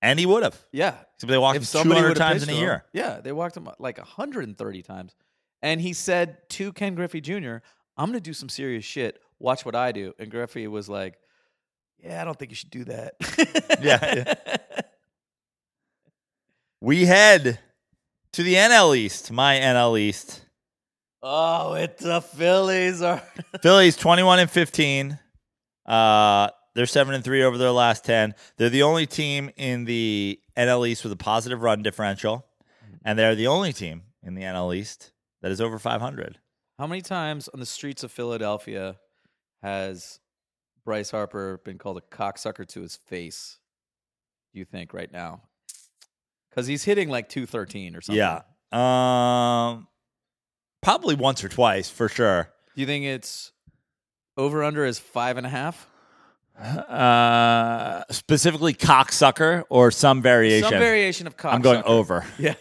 S1: and he would have.
S3: yeah,
S1: Except they walked
S3: if
S1: him
S3: somebody
S1: 200
S3: would've
S1: times in a
S3: pitched to him-
S1: year.
S3: yeah, they walked him like hundred and thirty times, and he said to Ken Griffey Jr., "I'm going to do some serious shit. Watch what I do." And Griffey was like, "Yeah, I don't think you should do that."
S1: Yeah, We head to the NL East, my NL
S3: [laughs]
S1: East.
S3: [laughs] Oh, it's the Phillies are
S1: Phillies 21 and 15. Uh, they're 7 and 3 over their last 10. They're the only team in the NL East with a positive run differential,
S3: Mm-hmm.
S1: and they're the only team in the NL East that is over 500.
S3: How many times on the streets of Philadelphia has Bryce Harper been called a cocksucker to his face? You think right now? Because he's hitting like two thirteen or something.
S1: Yeah. Um probably once or twice for sure.
S3: Do you think it's over under is five and a half?
S1: Uh specifically cocksucker or some variation.
S3: Some variation of cocksucker.
S1: I'm going over. [laughs]
S3: Yeah.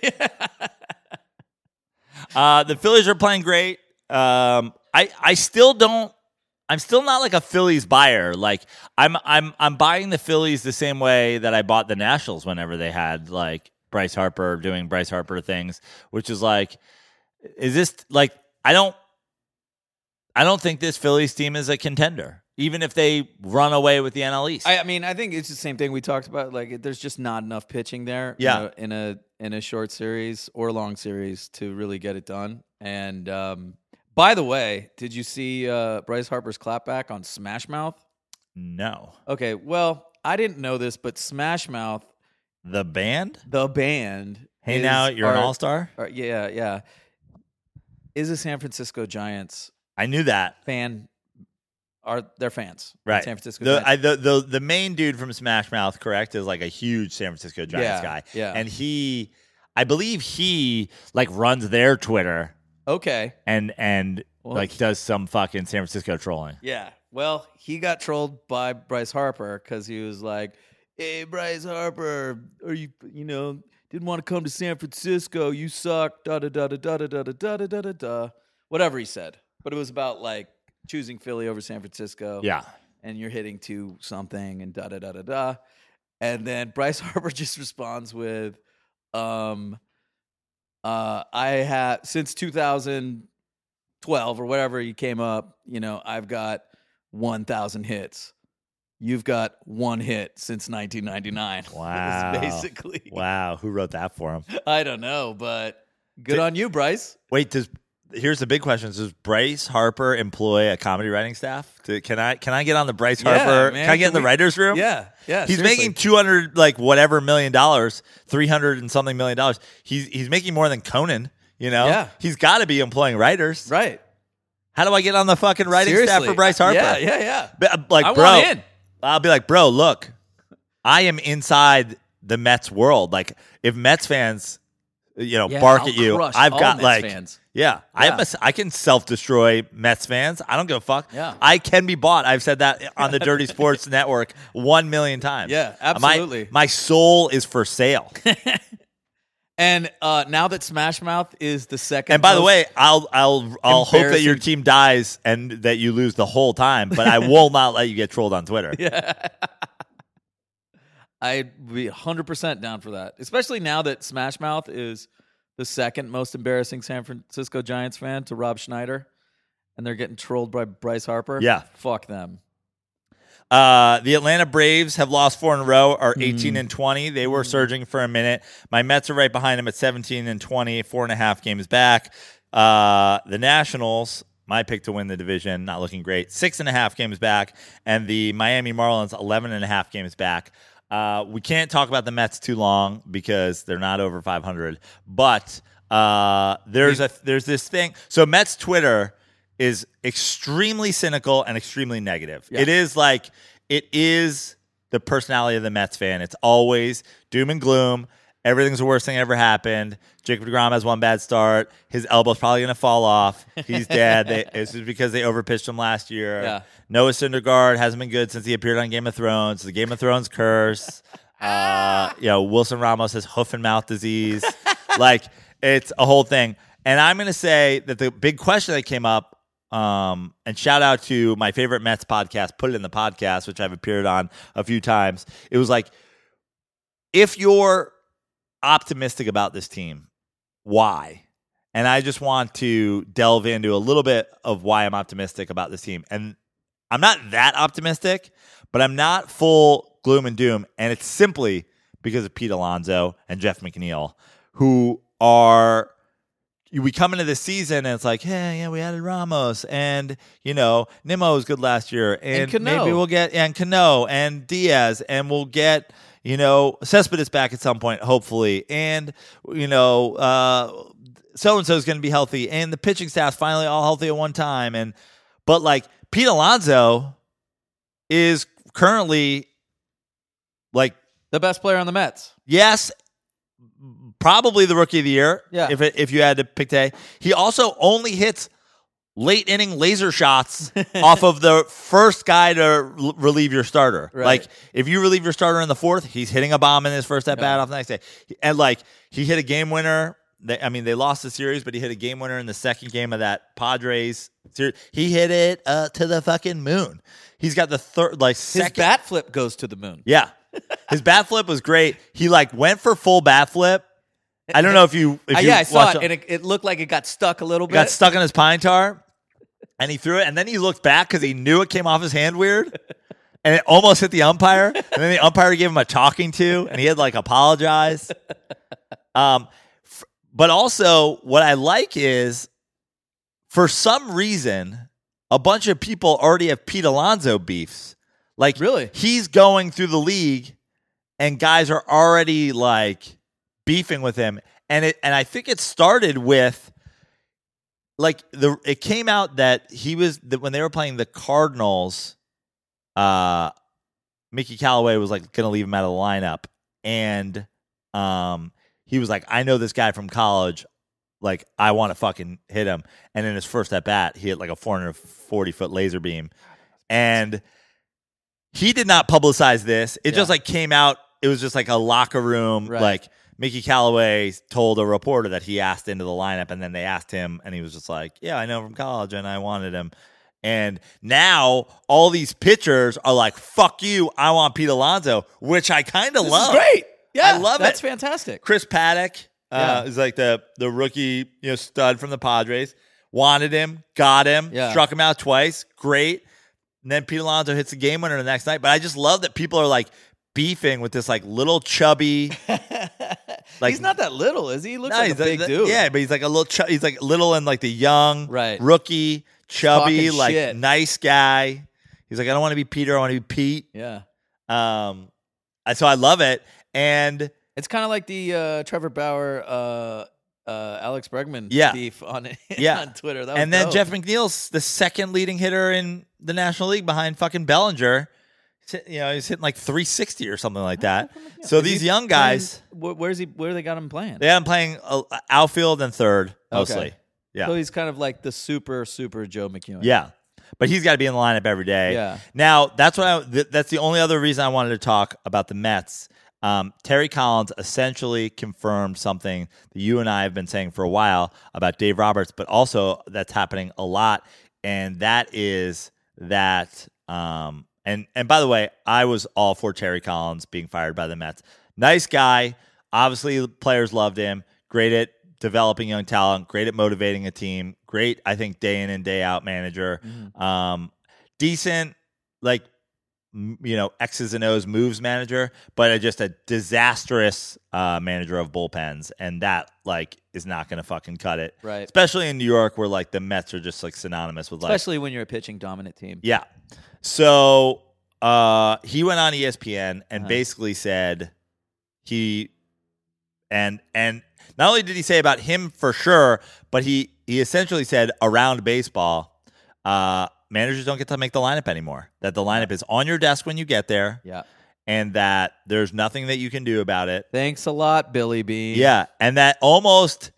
S1: Uh, the Phillies are playing great. Um, I I still don't. I'm still not like a Phillies buyer. Like I'm I'm I'm buying the Phillies the same way that I bought the Nationals whenever they had like Bryce Harper doing Bryce Harper things, which is like, is this like I don't. I don't think this Phillies team is a contender, even if they run away with the NL East.
S3: I, I mean, I think it's the same thing we talked about. Like, it- there's just not enough pitching there. you
S1: Yeah.
S3: know, in a in a short series or long series to really get it done. And um, by the way, did you see uh, Bryce Harper's clapback on Smash Mouth?
S1: no,
S3: Okay, well, I didn't know this, but Smash Mouth,
S1: the band.
S3: the band,
S1: Hey,
S3: is-
S1: now you're an
S3: are-
S1: all star.
S3: are- Yeah, yeah. Is a San Francisco Giants
S1: I knew that.
S3: fan are their fans.
S1: Right.
S3: San Francisco.
S1: The,
S3: Giants.
S1: I, the, the the main dude from Smash Mouth, correct, is like a huge San Francisco Giants
S3: Yeah,
S1: guy.
S3: yeah.
S1: And he, I believe he like runs their Twitter
S3: okay.
S1: and and
S3: Well,
S1: like does some fucking San Francisco trolling.
S3: Yeah. Well, he got trolled by Bryce Harper because he was like, "Hey, Bryce Harper, are you you know didn't want to come to San Francisco? You suck." Da da da da da da da da da da da da. Whatever he said, but it was about like choosing Philly over San Francisco.
S1: Yeah.
S3: And you're hitting to something and da da da da da. And then Bryce [laughs] Harper just responds with, um, uh, I have since 2012 or whatever you came up, you know, I've got 1,000 hits. You've got one hit since 1999. [laughs] It was
S1: Wow.
S3: Basically,
S1: Wow. Who wrote that for him?
S3: [laughs] I don't know, but good
S1: Did-
S3: on you, Bryce.
S1: Wait, does here's the big question: Does Bryce Harper employ a comedy writing staff? Do- can I can I get on the Bryce
S3: Yeah,
S1: Harper?
S3: man,
S1: can I get
S3: can
S1: in the
S3: we-
S1: writers room?
S3: Yeah, yeah.
S1: he's
S3: seriously.
S1: making two hundred like whatever million dollars, three hundred and something million dollars. He's he's making more than Conan. You know,
S3: Yeah.
S1: he's got to be employing writers.
S3: right
S1: How do I get on the fucking writing staff
S3: Seriously.
S1: for Bryce Harper?
S3: Yeah, yeah, yeah.
S1: Be- I'm like,
S3: I
S1: bro,
S3: want in.
S1: I'll be like, bro, look, I am inside the Mets world. Like, if Mets fans, you know,
S3: Yeah,
S1: bark
S3: I'll
S1: at you,
S3: crush
S1: I've
S3: all
S1: got
S3: Mets
S1: like,
S3: fans.
S1: yeah, I
S3: Yeah.
S1: am a, I can self destroy Mets fans. I don't give a fuck.
S3: Yeah.
S1: I can be bought. I've said that on the Dirty
S3: [laughs]
S1: Sports Network one million times.
S3: Yeah,
S1: My-
S3: absolutely.
S1: My, soul is for
S3: [laughs]
S1: sale.
S3: And uh, now that Smash Mouth is the second,
S1: And by the
S3: most-
S1: way, I'll I'll I'll hope that your
S3: Embarrassing.
S1: team dies and that you lose the whole time, but I will not let you get trolled on Twitter.
S3: I'd be 100% down for that. Especially now that Smash Mouth is the second most embarrassing San Francisco Giants fan to Rob Schneider, and they're getting trolled by Bryce Harper.
S1: Yeah.
S3: Fuck them.
S1: Uh, the Atlanta Braves have lost four in a row, are 18 and 20. They were surging for a minute. My Mets are right behind them at 17 and 20, four and a half games back. Uh, the Nationals, my pick to win the division, not looking great, six and a half games back. And the Miami Marlins, 11 and a half games back. Uh, we can't talk about the Mets too long because they're not over 500. But uh, there's a there's this thing. So Mets Twitter is extremely cynical and extremely negative. It is like it is the personality of the Mets fan. It's always doom and gloom. Everything's the worst thing that ever happened. Jacob Degrom has one bad start. His elbow's probably going to fall off. He's dead. they, this is because they overpitched him last year.
S3: Yeah.
S1: Noah Syndergaard hasn't been good since he appeared on Game of Thrones. The Game of Thrones curse. uh, you know, Wilson Ramos has hoof and mouth disease. [laughs] like it's a whole thing. And I'm going to say that the big question that came up, um, and shout out to my favorite Mets podcast, Put It in the Podcast, which I've appeared on a few times. It was like, if you're optimistic about this team, why? And I just want to delve into a little bit of why I'm optimistic about this team. And I'm not that optimistic, but I'm not full gloom and doom. And it's simply because of Pete Alonso and Jeff McNeil, who are we come into the season and it's like, hey, yeah, we added Ramos and you know Nimmo was good last year, and,
S3: Cano.
S1: maybe we'll get and Cano and Diaz, and we'll get you know Cespedes back at some point, hopefully, and you know so and so is going to be healthy, and the pitching staff's finally all healthy at one time, and but like Pete Alonso is currently like
S3: The best player on the Mets.
S1: yes, probably the rookie of the year.
S3: Yeah.
S1: If it, if you had to pick today, he also only hits late inning laser
S3: [laughs]
S1: shots off of the first guy to r- relieve your starter.
S3: Right.
S1: Like if you relieve your starter in the fourth, he's hitting a bomb in his first at bat off the next day, and like he hit a game winner. They, I mean, they lost the series, but he hit a game winner in the second game of that Padres series. He hit it uh, to the fucking moon. He's got the third, like
S3: His
S1: second.
S3: bat flip goes to the moon.
S1: Yeah. His bat flip was great. He like went for full bat flip. I don't know if you if
S3: Uh,
S1: you
S3: yeah, I saw
S1: watched
S3: it, and it, it looked like it got stuck a little bit.
S1: got stuck in his pine tar and he threw it and then he looked back cuz he knew it came off his hand weird and it almost hit the umpire and then the umpire gave him a talking to and he had like apologized. Um f- but also what I like is for some reason a bunch of people already have Pete Alonso beefs. Like
S3: Really?
S1: he's going through the league and guys are already like beefing with him and it and I think it started with like the it came out that he was that when they were playing the Cardinals, uh, Mickey Callaway was like gonna leave him out of the lineup, and um, he was like, I know this guy from college, like I want to fucking hit him. And in his first at bat, he hit like a 440 foot laser beam, and he did not publicize this. It just
S3: Yeah.
S1: like came out. It was just like a locker room,
S3: Right.
S1: like. Mickey Callaway told a reporter that he asked into the lineup, and then they asked him, and he was just like, "Yeah, I know him from college, and I wanted him." And now all these pitchers are like, "Fuck you, I want Pete Alonso," which I kind of
S3: This
S1: love.
S3: is great. Yeah,
S1: I love
S3: that's
S1: it. [laughs]
S3: fantastic.
S1: Chris Paddock uh,
S3: Yeah.
S1: is like the the rookie, you know, stud from the Padres. Wanted him, got him,
S3: Yeah.
S1: struck him out twice. Great. And then Pete Alonso hits the game winner the next night. But I just love that people are like beefing with this like little
S3: [laughs]
S1: chubby. Like-
S3: he's not that little, is he? He looks
S1: No,
S3: like a
S1: he's like
S3: big
S1: the-
S3: dude.
S1: Yeah, but he's like a little. Ch- he's like little and like the young,
S3: Right.
S1: Rookie, chubby,
S3: Talking
S1: like
S3: shit.
S1: nice guy. He's like, I don't want to be Peter. I want to be Pete.
S3: yeah.
S1: Um, I- so I love it. And
S3: It's kind of like the uh, Trevor Bauer, uh, uh, Alex Bregman
S1: Yeah.
S3: beef on [laughs]
S1: Yeah.
S3: on Twitter. That was
S1: and then
S3: dope.
S1: Jeff McNeil's the second leading hitter in the National League behind fucking Bellinger. He's hit- You know, he's hitting like 360 or something like that. So
S3: Is
S1: these
S3: he
S1: young guys,
S3: Playing, wh- where's he? Where they got him playing?
S1: they had him playing uh, outfield and third mostly.
S3: Okay.
S1: Yeah.
S3: So he's kind of like the super super Joe McEwen.
S1: Yeah. But he's got to be in the lineup every day.
S3: Yeah.
S1: Now, that's what I, th- that's the only other reason I wanted to talk about the Mets. Um, Terry Collins essentially confirmed something that you and I have been saying for a while about Dave Roberts, but also that's happening a lot, and that is that. Um, and and by the way, I was all for Terry Collins being fired by the Mets. Nice guy. Obviously, the players loved him. Great at developing young talent. Great at motivating a team. Great, I think, day in and day out manager.
S3: Mhm.
S1: Um, decent, like m- you know X's and O's moves manager, but a, just a disastrous uh, manager of bullpens, and that like is not going to fucking cut it.
S3: Right.
S1: Especially in New York, where like the Mets are just like synonymous with like
S3: Especially when you're a pitching dominant team.
S1: yeah. So uh, he went on ESPN and
S3: Uh-huh.
S1: basically said he and and not only did he say about him for sure, but he he essentially said around baseball, uh, managers don't get to make the lineup anymore. That the lineup is on your desk when you get there,
S3: Yeah.
S1: and that there's nothing that you can do about it.
S3: Thanks a lot, Billy Bean.
S1: Yeah, and that almost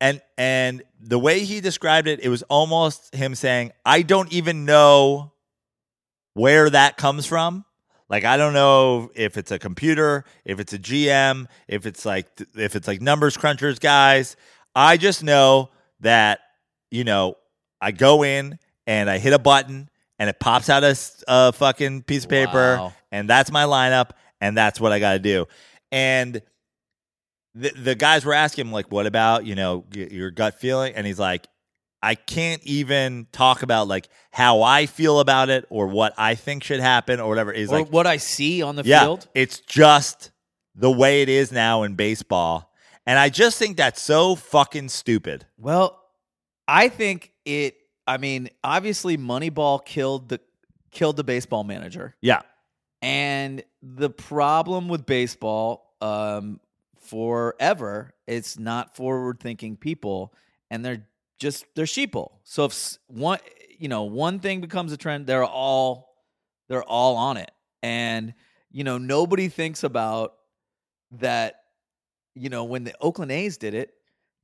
S1: and and the way he described it, it was almost him saying, "I don't even know where that comes from." Like I don't know if it's a computer, if it's a GM, if it's like if it's like numbers crunchers guys. I just know that you know I go in and I hit a button and it pops out a, s- a fucking piece of paper
S3: Wow.
S1: and that's my lineup and that's what I got to do. And the the guys were asking him like, "What about you know y- your gut feeling?" And he's like, "I can't even talk about like how I feel about it or what I think should happen or whatever." He's
S3: Or
S1: like,
S3: what I see on the
S1: "Yeah,
S3: field.
S1: it's just the way it is now in baseball," and I just think that's so fucking stupid.
S3: Well, I think it. I mean, obviously, Moneyball killed the killed the baseball manager,
S1: Yeah,
S3: and the problem with baseball um, forever, it's not forward thinking people, and they're just they're sheeple. So if s- one, you know, one thing becomes a trend, they're all they're all on it, and you know, nobody thinks about that. You know, when the Oakland A's did it,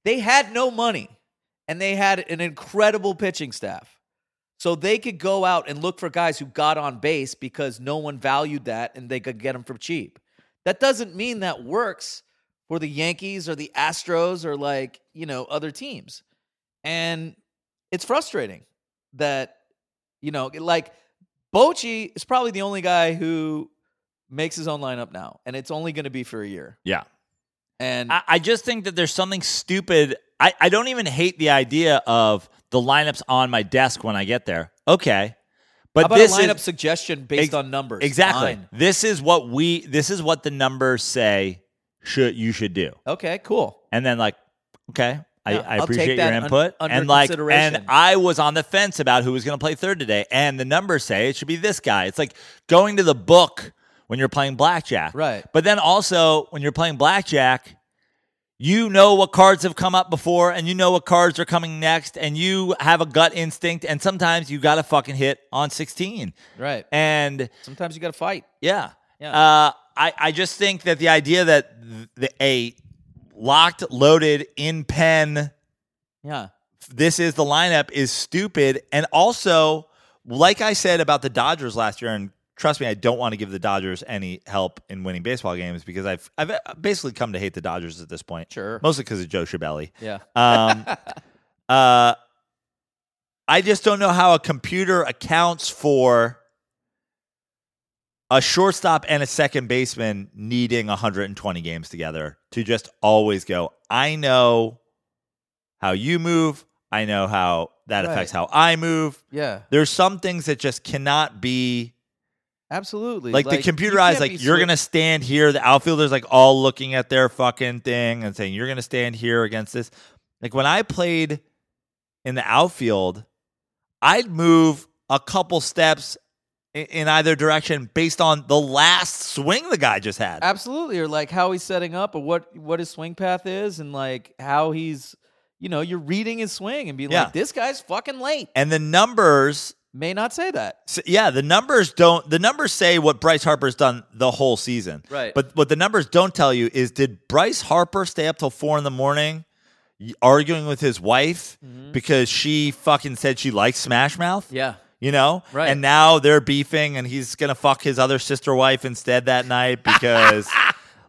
S3: they had no money and they had an incredible pitching staff. So they could go out and look for guys who got on base because no one valued that and they could get them for cheap. That doesn't mean that works for the Yankees or the Astros or like, you know, other teams. And it's frustrating that, you know, like Bochy is probably the only guy who makes his own lineup now, and it's only going to be for a year.
S1: yeah.
S3: And
S1: I, I just think that there's something stupid. I, I don't even hate the idea of the lineups on my desk when I get there. Okay. But
S3: How about
S1: this
S3: a lineup
S1: is,
S3: suggestion based
S1: Ex-
S3: on numbers?
S1: exactly.
S3: Fine.
S1: This is what we this is what the numbers say should you should do.
S3: Okay, cool.
S1: And then like, okay, I,
S3: Yeah,
S1: I
S3: I'll
S1: appreciate
S3: take
S1: your
S3: that un-
S1: input.
S3: under
S1: and like and
S3: consideration.
S1: I was on the fence about who was gonna play third today, and the numbers say it should be this guy. It's like going to the book when you're playing blackjack.
S3: Right.
S1: But then also when you're playing blackjack, you know what cards have come up before and you know what cards are coming next and you have a gut instinct and sometimes you got to fucking hit on 16.
S3: Right.
S1: And
S3: Sometimes you got to fight.
S1: yeah.
S3: Yeah.
S1: Uh, I, I just think that the idea that th- the, a locked, loaded, in pen,
S3: Yeah.
S1: this is the lineup is stupid. And also, like I said about the Dodgers last year, and trust me, I don't want to give the Dodgers any help in winning baseball games because I've, I've basically come to hate the Dodgers at this point,
S3: Sure.
S1: mostly because of Joe Shabelli.
S3: Yeah.
S1: Um, [laughs] uh, I just don't know how a computer accounts for a shortstop and a second baseman needing 120 games together to just always go. I know how you move. I know how that
S3: Right.
S1: affects how I move.
S3: Yeah.
S1: There's some things that just cannot be
S3: Absolutely.
S1: like, the
S3: you
S1: computerized
S3: can't
S1: like
S3: be
S1: you're
S3: swi-
S1: gonna stand here the outfielders like all looking at their fucking thing and saying you're gonna stand here against this like when i played in the outfield i'd move a couple steps i- in either direction based on the last swing the guy just had
S3: Absolutely, or like how he's setting up, or what what his swing path is, and like how he's, you know, you're reading his swing and being
S1: Yeah.
S3: like, this guy's fucking late.
S1: and the numbers
S3: May not say that.
S1: s- yeah the numbers don't the numbers say what bryce harper's done the whole season
S3: Right.
S1: But what the numbers don't tell you is did Bryce Harper stay up till four in the morning y- arguing with his wife because she fucking said she likes Smash Mouth?
S3: Mm-hmm. yeah,
S1: You know?
S3: Right.
S1: And now they're beefing and he's going to fuck his other sister wife instead that night
S3: [laughs]
S1: because,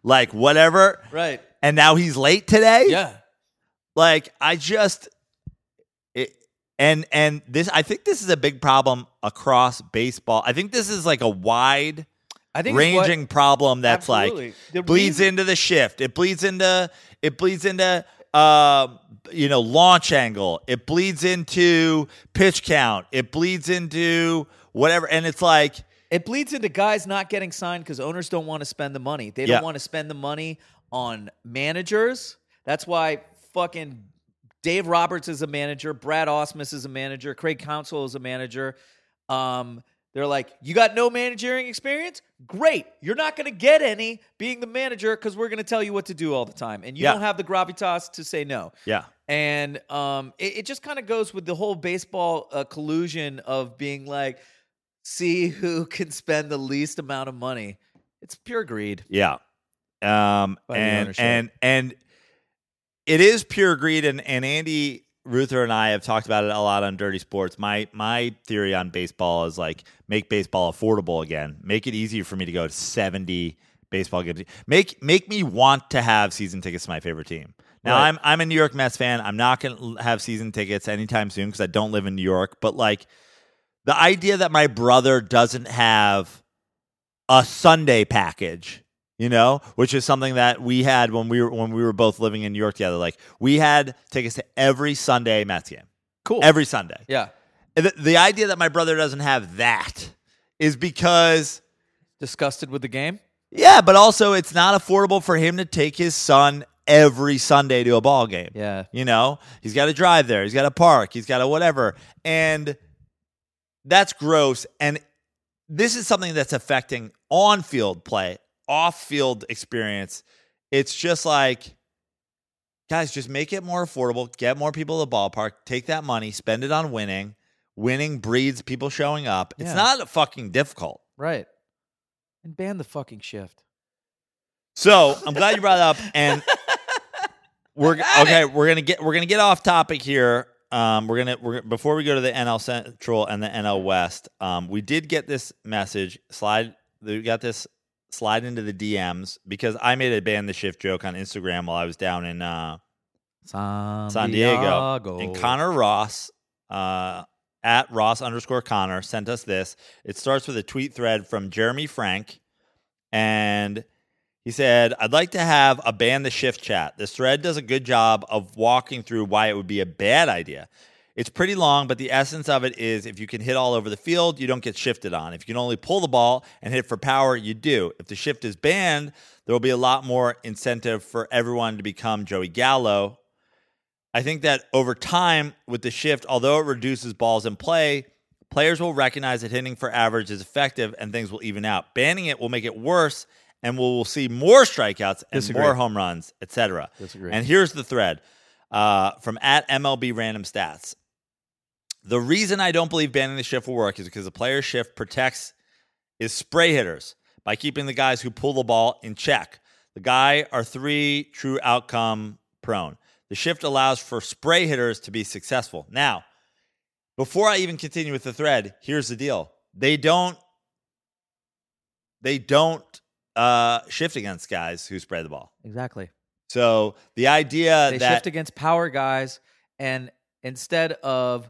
S1: like, whatever.
S3: right.
S1: And now he's late today?
S3: Yeah,
S1: like i just it, and and this i think this is a big problem across baseball i think this is like a wide
S3: I think it's what-
S1: ranging problem that's
S3: Absolutely.
S1: like
S3: The
S1: bleeds
S3: reason-
S1: into the shift it bleeds into it bleeds into uh, you know launch angle it bleeds into pitch count it bleeds into whatever and it's like
S3: it bleeds into guys not getting signed because owners don't want to spend the money. They
S1: Yeah.
S3: don't want to spend the money on managers. That's why fucking Dave Roberts is a manager, Brad Osmus is a manager, Craig Council is a manager. Um, they're like, you got no managing experience? Great. You're not going to get any being the manager because we're going to tell you what to do all the time. And you
S1: Yeah.
S3: don't have the gravitas to say no
S1: yeah
S3: and um, it, it just kind of goes with the whole baseball uh, collusion of being like, see who [laughs] can spend the least amount of money. It's pure greed.
S1: Yeah. Um
S3: By the
S1: and
S3: ownership.
S1: and and it is pure greed and and Andy Ruther and I have talked about it a lot on Dirty Sports. My my theory on baseball is like make baseball affordable again. Make it easier for me to go to 70 baseball games. Make make me want to have season tickets to my favorite team. Now
S3: Right.
S1: I'm I'm a New York Mets fan. I'm not going to have season tickets anytime soon cuz I don't live in New York, but like the idea that my brother doesn't have a Sunday package, you know, which is something that we had when we were when we were both living in New York together. Like we had tickets to every Sunday Mets game,
S3: Cool.
S1: every Sunday.
S3: yeah.
S1: And The, the idea that my brother doesn't have that is because
S3: Disgusted with the game.
S1: yeah, but also it's not affordable for him to take his son every Sunday to a ball game.
S3: Yeah.
S1: You know, he's got to drive there. He's got to park. He's got to whatever. And that's gross. And this is something that's affecting on field play, off field experience. It's just like, guys, just make it more affordable. Get more people to the ballpark. Take that money, spend it on winning. Winning breeds people showing up. It's
S3: Yeah.
S1: not fucking difficult.
S3: Right. And ban the fucking shift.
S1: So I'm glad you brought it up, and we're okay. We're gonna get we're gonna get off topic here. Um, we're gonna we're before we go to the NL Central and the NL West. Um, we did get this message slide. We got this slide into the DMs because I made a ban the shift joke on Instagram while I was down in uh,
S3: San,
S1: San Diego. and [laughs] Connor Ross, uh, at Ross underscore Connor, sent us this. It starts with a tweet thread from Jeremy Frank. And he said, I'd like to have a ban the shift chat. This thread does a good job of walking through why it would be a bad idea. It's pretty long, but the essence of it is if you can hit all over the field, you don't get shifted on. If you can only pull the ball and hit for power, you do. If the shift is banned, there will be a lot more incentive for everyone to become Joey Gallo, I think that over time with the shift, although it reduces balls in play, players will recognize that hitting for average is effective and things will even out. Banning it will make it worse and we'll, we'll see more strikeouts and
S3: Disagree.
S1: more home runs, etc.
S3: Disagree.
S1: And here's the thread uh, from at MLB Random Stats. The reason I don't believe banning the shift will work is because the player shift protects is spray hitters by keeping the guys who pull the ball in check. The guy are three true outcome prone. The shift allows for spray hitters to be successful. Now, before I even continue with the thread, here's the deal. They don't they don't uh, shift against guys who spray the ball.
S3: Exactly.
S1: So the idea
S3: They
S1: that
S3: shift against power guys, and instead of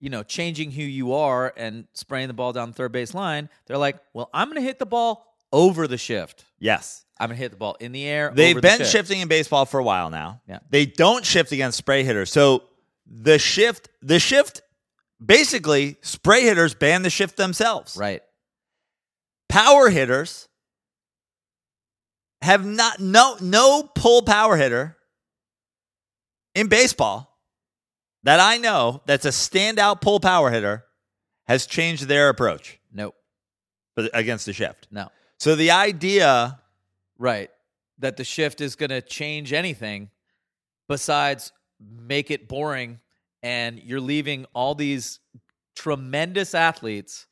S3: you know changing who you are and spraying the ball down the third base line, they're like, "Well, I'm going to hit the ball over the shift.
S1: yes,
S3: I'm going to hit the ball in the air."
S1: They've
S3: over the
S1: been
S3: shift.
S1: shifting in baseball for a while now.
S3: Yeah.
S1: They don't shift against spray hitters. So the shift, the shift, basically, spray hitters ban the shift themselves.
S3: right?
S1: Power hitters have not no no pull power hitter in baseball that I know that's a standout pull power hitter has changed their approach
S3: Nope.
S1: for- against the shift.
S3: No.
S1: So the idea
S3: Right. That the shift is going to change anything besides make it boring. And you're leaving all these tremendous athletes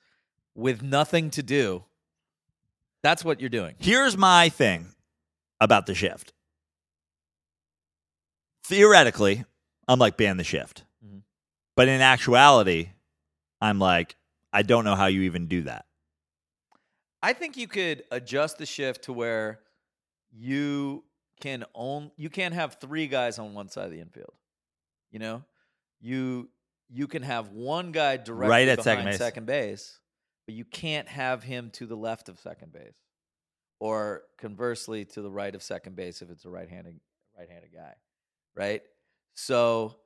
S3: with nothing to do. That's what you're doing.
S1: Here's my thing about the shift. Theoretically, I'm like ban the shift.
S3: Mhm.
S1: But in actuality, I'm like I don't know how you even do that.
S3: I think you could adjust the shift to where you can own you can't have three guys on one side of the infield. You know? You you can have one guy directly
S1: Right at
S3: behind
S1: second base.
S3: base, but you can't have him to the left of second base. Or conversely to the right of second base if it's a right handed right handed guy. Right? So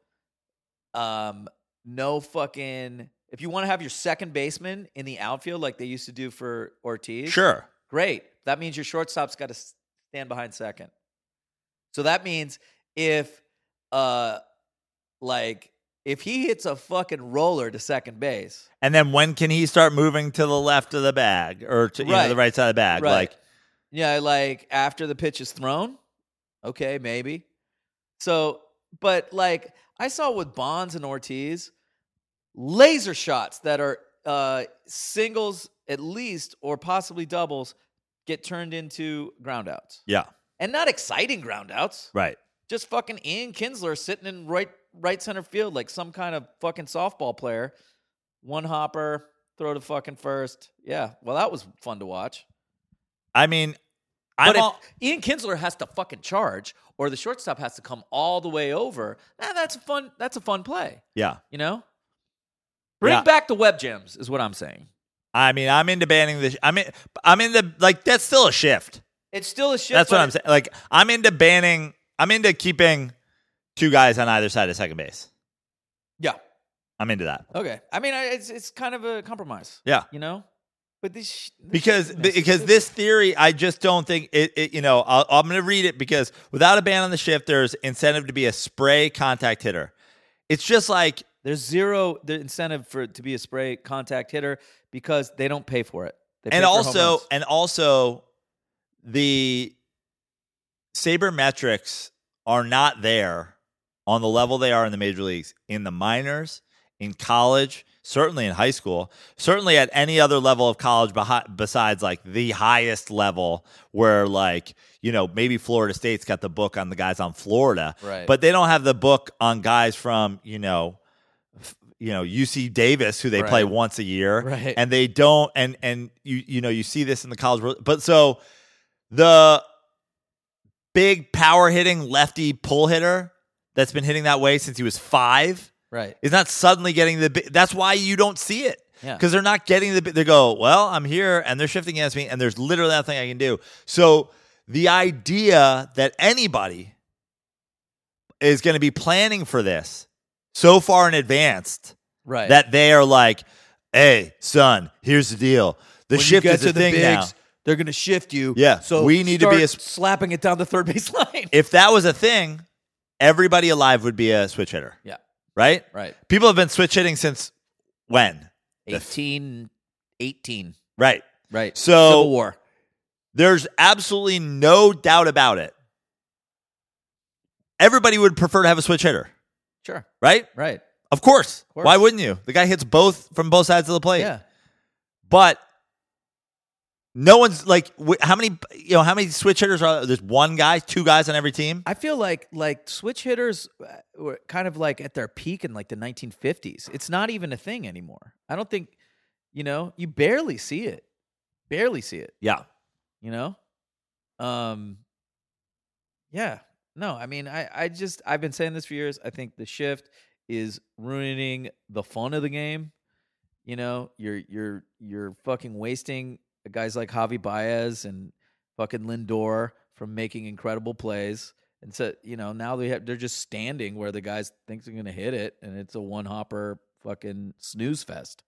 S3: um no fucking if you want to have your second baseman in the outfield like they used to do for Ortiz,
S1: Sure.
S3: great. That means your shortstop's got to stand behind second. So that means if uh like if he hits a fucking roller to second base,
S1: And then when can he start moving to the left of the bag or to you know,
S3: Right.
S1: the right side of the bag?
S3: right?
S1: Like
S3: yeah, like after the pitch is thrown, okay, maybe. So, but like I saw with Bonds and Ortiz, laser shots that are uh singles at least or possibly doubles get turned into groundouts.
S1: yeah,
S3: And not exciting groundouts.
S1: right.
S3: just fucking Ian Kinsler sitting in right right center field like some kind of fucking softball player. One hopper, throw to fucking first. Yeah, well, that was fun to watch.
S1: I mean,
S3: But
S1: I'm
S3: if
S1: all,
S3: Ian Kinsler has to fucking charge, or the shortstop has to come all the way over, nah, that's a fun. That's a fun play.
S1: yeah.
S3: You know, bring
S1: Yeah.
S3: back the web gems is what I'm saying.
S1: I mean, I'm into banning the. Sh- I'm in. I'm into like that's still a shift.
S3: It's still a shit.
S1: That's
S3: but
S1: what I'm
S3: it-
S1: saying. Like I'm into banning. I'm into keeping two guys on either side of second base.
S3: Yeah.
S1: I'm into that.
S3: Okay. I mean, I, it's it's kind of a compromise.
S1: Yeah.
S3: You know, but this sh- this
S1: Because
S3: shittiness is
S1: because
S3: stupid.
S1: this theory, I just don't think it. it you know, I'll, I'm going to read it because without a ban on the shift, there's incentive to be a spray contact hitter. It's just like
S3: There's zero the incentive for to be a spray contact hitter because they don't pay for it. They pay
S1: and
S3: for home
S1: also
S3: runs.
S1: and also the saber metrics are not there on the level they are in the major leagues in the minors in college certainly in high school certainly at any other level of college behi- besides like the highest level where like you know maybe florida state's got the book on the guys on florida
S3: Right.
S1: but they don't have the book on guys from you know f- you know uc davis who they play
S3: Right.
S1: once a year
S3: Right.
S1: and they don't and and you you know you see this in the college world but so the big power hitting lefty pull hitter that's been hitting that way since he was five
S3: right.
S1: is not suddenly getting the bi- that's why you don't see it
S3: Yeah.
S1: because they're not getting the bi- they go well i'm here and they're shifting against me and there's literally nothing i can do so the idea that anybody is going to be planning for this so far in advance
S3: Right.
S1: that they are like, "Hey, son, here's the deal. The
S3: When you
S1: shift
S3: get
S1: is
S3: to
S1: a thing now.
S3: They're going to shift you.
S1: Yeah,
S3: So
S1: we need to be
S3: start
S1: a sp-
S3: slapping it down the third [laughs] base line.
S1: If that was a thing, everybody alive would be a switch hitter,
S3: yeah.
S1: right?
S3: Right.
S1: People have been switch hitting since when? The f-
S3: 18, 18.
S1: right. [laughs]
S3: Right.
S1: So-
S3: Civil War.
S1: There's absolutely no doubt about it. Everybody would prefer to have a switch hitter,
S3: Sure.
S1: right?
S3: Right.
S1: Of course.
S3: course.
S1: Why wouldn't you? The guy hits both from both sides of the plate.
S3: Yeah.
S1: But no one's like, wh- how many? You know, how many switch hitters are? there? There's one guy, two guys on every team.
S3: I feel like like switch hitters uh, were kind of like at their peak in like the 1950s. It's not even a thing anymore. I don't think you know, you barely see it. Barely see it,
S1: Yeah.
S3: you know? Um Yeah. No, I mean I I just I've been saying this for years. I think the shift is ruining the fun of the game. You know, you're you're you're fucking wasting guys like Javi Baez and fucking Lindor from making incredible plays. And so, you know, now they have they're just standing where the guys thinks they're gonna hit it, and it's a one hopper fucking snooze fest.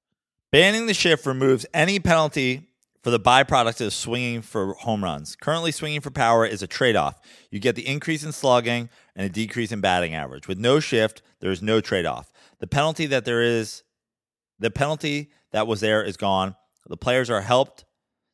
S1: Banning the shift removes any penalty for the byproduct of swinging for home runs. Currently, swinging for power is a trade off. You get the increase in slugging and a decrease in batting average. With no shift, there is no trade off. The penalty that there is, the penalty that was there is gone. The players are helped.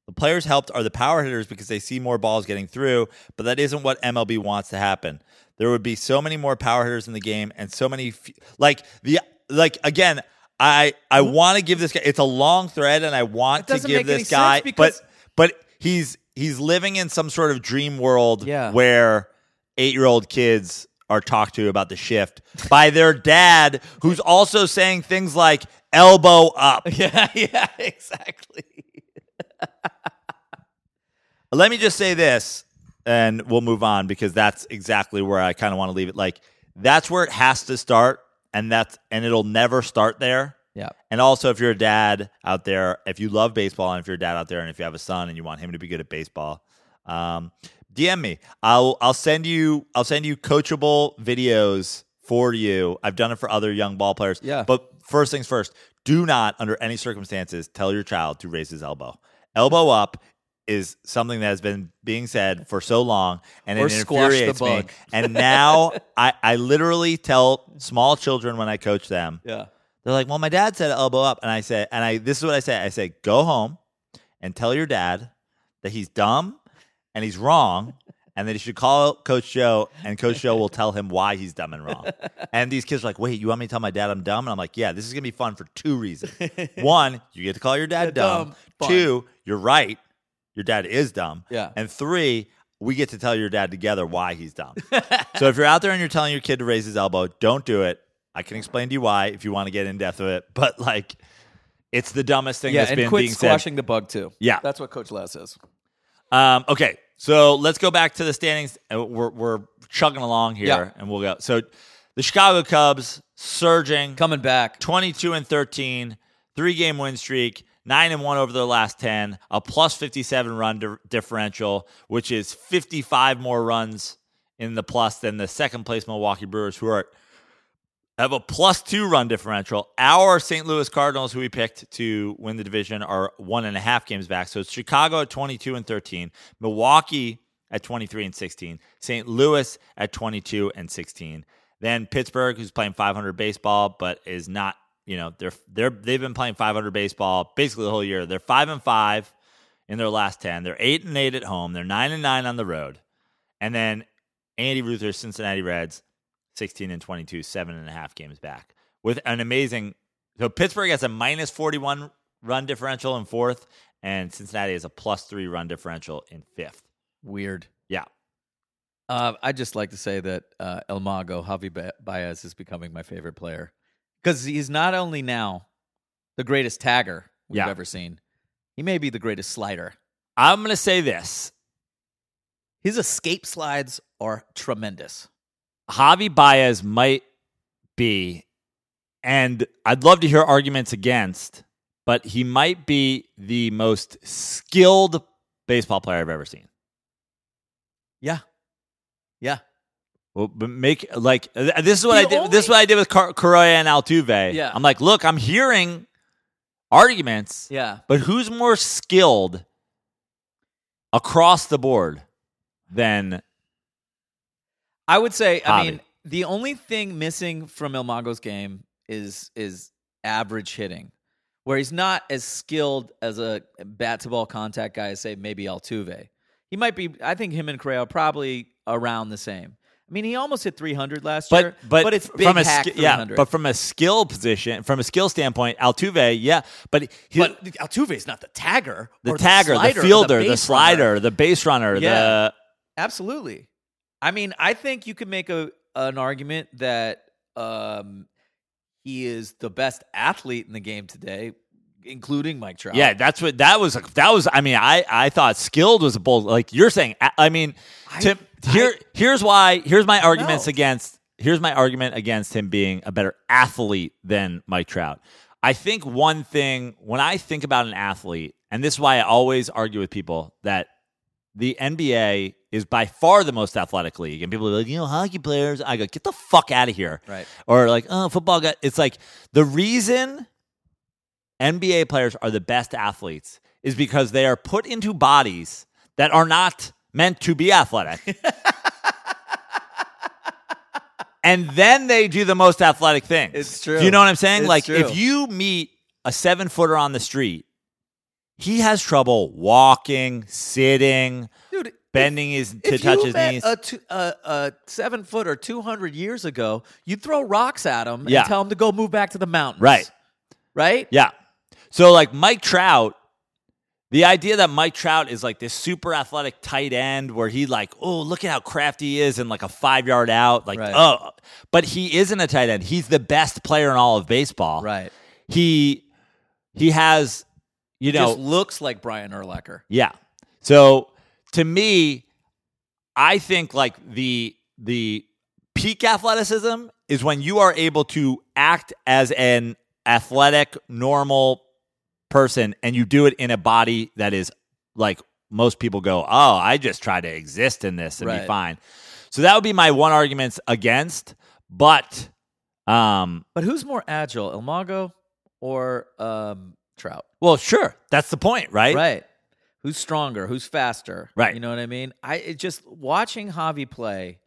S1: The players helped are the power hitters because they see more balls getting through, but that isn't what MLB wants to happen. There would be so many more power hitters in the game and so many f- like the like again, I I want to give this guy it's a long thread and I want
S3: That
S1: to
S3: doesn't
S1: give
S3: make any
S1: this guy
S3: sense because-
S1: but but he's he's living in some sort of dream world
S3: Yeah.
S1: where 8-year-old kids are talked to about the shift by their dad who's also saying things like elbow up.
S3: [laughs] Yeah, yeah, exactly.
S1: Let me just say this, and we'll move on because that's exactly where I kind of want to leave it. Like that's where it has to start, and that's and it'll never start there.
S3: Yeah.
S1: And also, if you're a dad out there, if you love baseball, and if you're a dad out there, and if you have a son and you want him to be good at baseball, um, DM me. I'll I'll send you I'll send you coachable videos for you. I've done it for other young ball players.
S3: Yeah.
S1: But first things first, do not under any circumstances tell your child to raise his elbow. Elbow up is something that has been being said for so long, and
S3: Or
S1: it
S3: squash the
S1: infuriates me.
S3: bug.
S1: And now I I literally tell small children when I coach them.
S3: Yeah.
S1: They're like, "Well, my dad said elbow up," and I said, and I this is what I say. I say, "Go home and tell your dad that he's dumb and he's wrong, and that he should call Coach Joe, and Coach Joe will tell him why he's dumb and wrong." And these kids are like, "Wait, you want me to tell my dad I'm dumb?" And I'm like, "Yeah, this is gonna be fun for two reasons. One, you get to call your dad
S3: Yeah,
S1: dumb.
S3: dumb. Fun.
S1: Two, you're right. Your dad is dumb.
S3: Yeah.
S1: And three, we get to tell your dad together why he's
S3: [laughs]
S1: dumb. so if you're out there and you're telling your kid to raise his elbow, don't do it. I can explain to you why if you want to get in depth with it, [laughs] but like it's the dumbest thing
S3: Yeah,
S1: that's
S3: and
S1: been
S3: quit
S1: being
S3: squashing the bug too.
S1: Yeah.
S3: That's what Coach Lau says.
S1: said. Um, okay, so let's go back to the standings. Uh, We're, we're chugging along here,
S3: Yeah.
S1: and we'll go. So the Chicago Cubs surging,
S3: Coming back.
S1: 22 and 13, three game win streak, nine and one over their last 10, a plus 57 run di- differential, which is 55 more runs in the plus than the second place Milwaukee Brewers, who are have a plus two run differential. Our St. Louis Cardinals, who we picked to win the division, are one and a half games back. So it's Chicago at 22 and 13, Milwaukee at 23 and 16, St. Louis at 22 and 16. Then Pittsburgh, who's playing 500 baseball, but is not, you know, they're they're they've been playing 500 baseball basically the whole year. They're five and five in their last 10. They're eight and eight at home. They're nine and nine on the road. And then Andy Ruther's Cincinnati Reds, 16 and 22, seven and a half games back with an amazing. So Pittsburgh has a minus 41 run differential in fourth, and Cincinnati has a plus three run differential in fifth.
S3: Weird.
S1: Yeah.
S3: Uh, I'd just like to say that uh, El Mago, Javi Ba- Baez, is becoming my favorite player because he's not only now the greatest tagger we've
S1: Yeah.
S3: ever seen, he may be the greatest slider.
S1: I'm going to say this
S3: His escape slides are tremendous.
S1: Javi Baez might be, and I'd love to hear arguments against, but he might be the most skilled baseball player I've ever seen.
S3: Yeah. Yeah.
S1: Well, but make like th- this is what
S3: The
S1: I did. this is
S3: only-
S1: what I did with Car- Correa and Altuve.
S3: Yeah.
S1: I'm like, look, I'm hearing arguments,
S3: Yeah.
S1: but who's more skilled across the board than
S3: I would say, I
S1: Javi.
S3: mean, the only thing missing from El Mago's game is is average hitting, where he's not as skilled as a bat to ball contact guy as say maybe Altuve. He might be. I think him and Correa are probably around the same. I mean, he almost hit 300 last
S1: But
S3: year,
S1: but,
S3: it's
S1: f-
S3: big
S1: from a
S3: hack
S1: sk-
S3: 300.
S1: yeah, but from a skill position, from a skill standpoint, Altuve, yeah, but he,
S3: But Altuve's not the tagger,
S1: the
S3: or
S1: tagger, the,
S3: slider,
S1: fielder, the,
S3: base runner.
S1: slider, the base runner,
S3: Yeah.
S1: the
S3: Absolutely. I mean, I think you could make a an argument that um, he is the best athlete in the game today, including Mike Trout.
S1: yeah, that's what that was. That was. I mean, I I thought skilled was a bold. Like you're saying. I, I mean,
S3: I-
S1: Tim.
S3: I-
S1: here here's why. Here's my arguments
S3: No.
S1: against. Here's my argument against him being a better athlete than Mike Trout. I think one thing when I think about an athlete, and this is why I always argue with people that the NBA is by far the most athletic league. And people are like, you know, hockey players. I go, get the fuck out of here.
S3: Right.
S1: Or like, oh, football guy. It's like the reason NBA players are the best athletes is because they are put into bodies that are not meant to be
S3: [laughs]
S1: athletic. and then they do the most athletic things.
S3: It's true.
S1: Do you know what I'm saying?
S3: It's
S1: like
S3: true.
S1: if you meet a seven footer on the street, he has trouble walking, sitting,
S3: Dude,
S1: bending his
S3: if,
S1: to
S3: if
S1: touch
S3: you
S1: his
S3: met
S1: knees.
S3: a, two, a, a seven footer 200 years ago, you'd throw rocks at him
S1: Yeah.
S3: and tell him to go move back to the mountains.
S1: Right.
S3: Right?
S1: Yeah. So like Mike Trout, the idea that Mike Trout is like this super athletic tight end where he like, oh, look at how crafty he is and like a five yard out. Like,
S3: Right.
S1: oh but he isn't a tight end. He's the best player in all of baseball.
S3: Right.
S1: He he has, you know,
S3: Just looks like Brian Urlacher.
S1: yeah. So to me, I think like the the peak athleticism is when you are able to act as an athletic normal person and you do it in a body that is like most people go, "Oh, I just try to exist in this and be
S3: Right.
S1: fine." So that would be my one arguments against, but um
S3: But who's more agile, Ilmago or um, Trout?
S1: well, sure. That's the point, right?
S3: right who's stronger who's faster
S1: Right.
S3: you know what i mean i it just watching javi play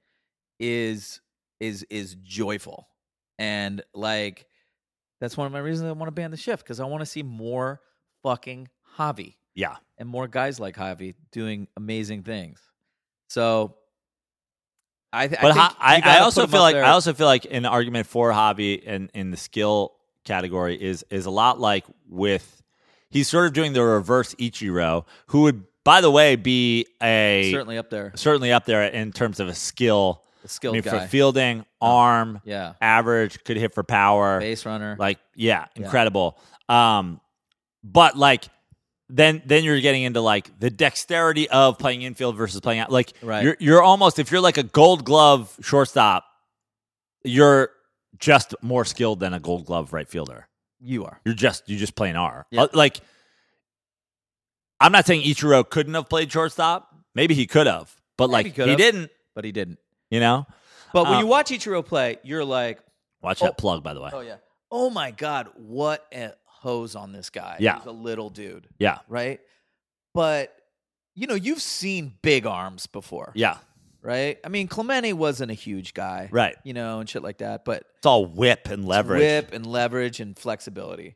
S3: is is is joyful and like that's one of my reasons i want to ban the shift because i want to see more fucking javi
S1: Yeah.
S3: and more guys like javi doing amazing things so i, th-
S1: But
S3: I, think
S1: ho- I,
S3: you
S1: I,
S3: gotta put
S1: also
S3: 'em
S1: feel
S3: up
S1: like
S3: there.
S1: I also feel like an argument for Javi in in the skill category is is a lot like with he's sort of doing the reverse Ichiro, who would by the way be a certainly,
S3: certainly up there
S1: up there in terms of a skill.
S3: a
S1: I
S3: skilled
S1: mean,
S3: guy
S1: for fielding, arm,
S3: yeah
S1: average, could hit for power,
S3: base runner
S1: like yeah, incredible. Um, but like then then you're getting into like the dexterity of playing infield versus playing out. Like
S3: Right.
S1: you're you're almost if you're like a Gold Glove shortstop, you're just more skilled than a Gold Glove right fielder.
S3: you are
S1: You're just you just playing R.
S3: Yeah.
S1: Uh, Like I'm not saying Ichiro couldn't have played shortstop. Maybe he could have, but
S3: Maybe
S1: like
S3: he
S1: he,
S3: could have.
S1: didn't.
S3: but he didn't
S1: You know.
S3: but when
S1: Uh,
S3: you watch ichiro play you're like
S1: Watch
S3: Oh.
S1: that plug, by the way.
S3: Oh yeah. Oh my God, what a hose on this guy.
S1: Yeah.
S3: He's a little dude,
S1: Yeah,
S3: right? But you know, you've seen big arms before.
S1: yeah,
S3: Right? I mean, Clemente wasn't a huge guy.
S1: right.
S3: You know, and shit like that. But
S1: It's all whip and leverage.
S3: whip [laughs] and leverage and flexibility.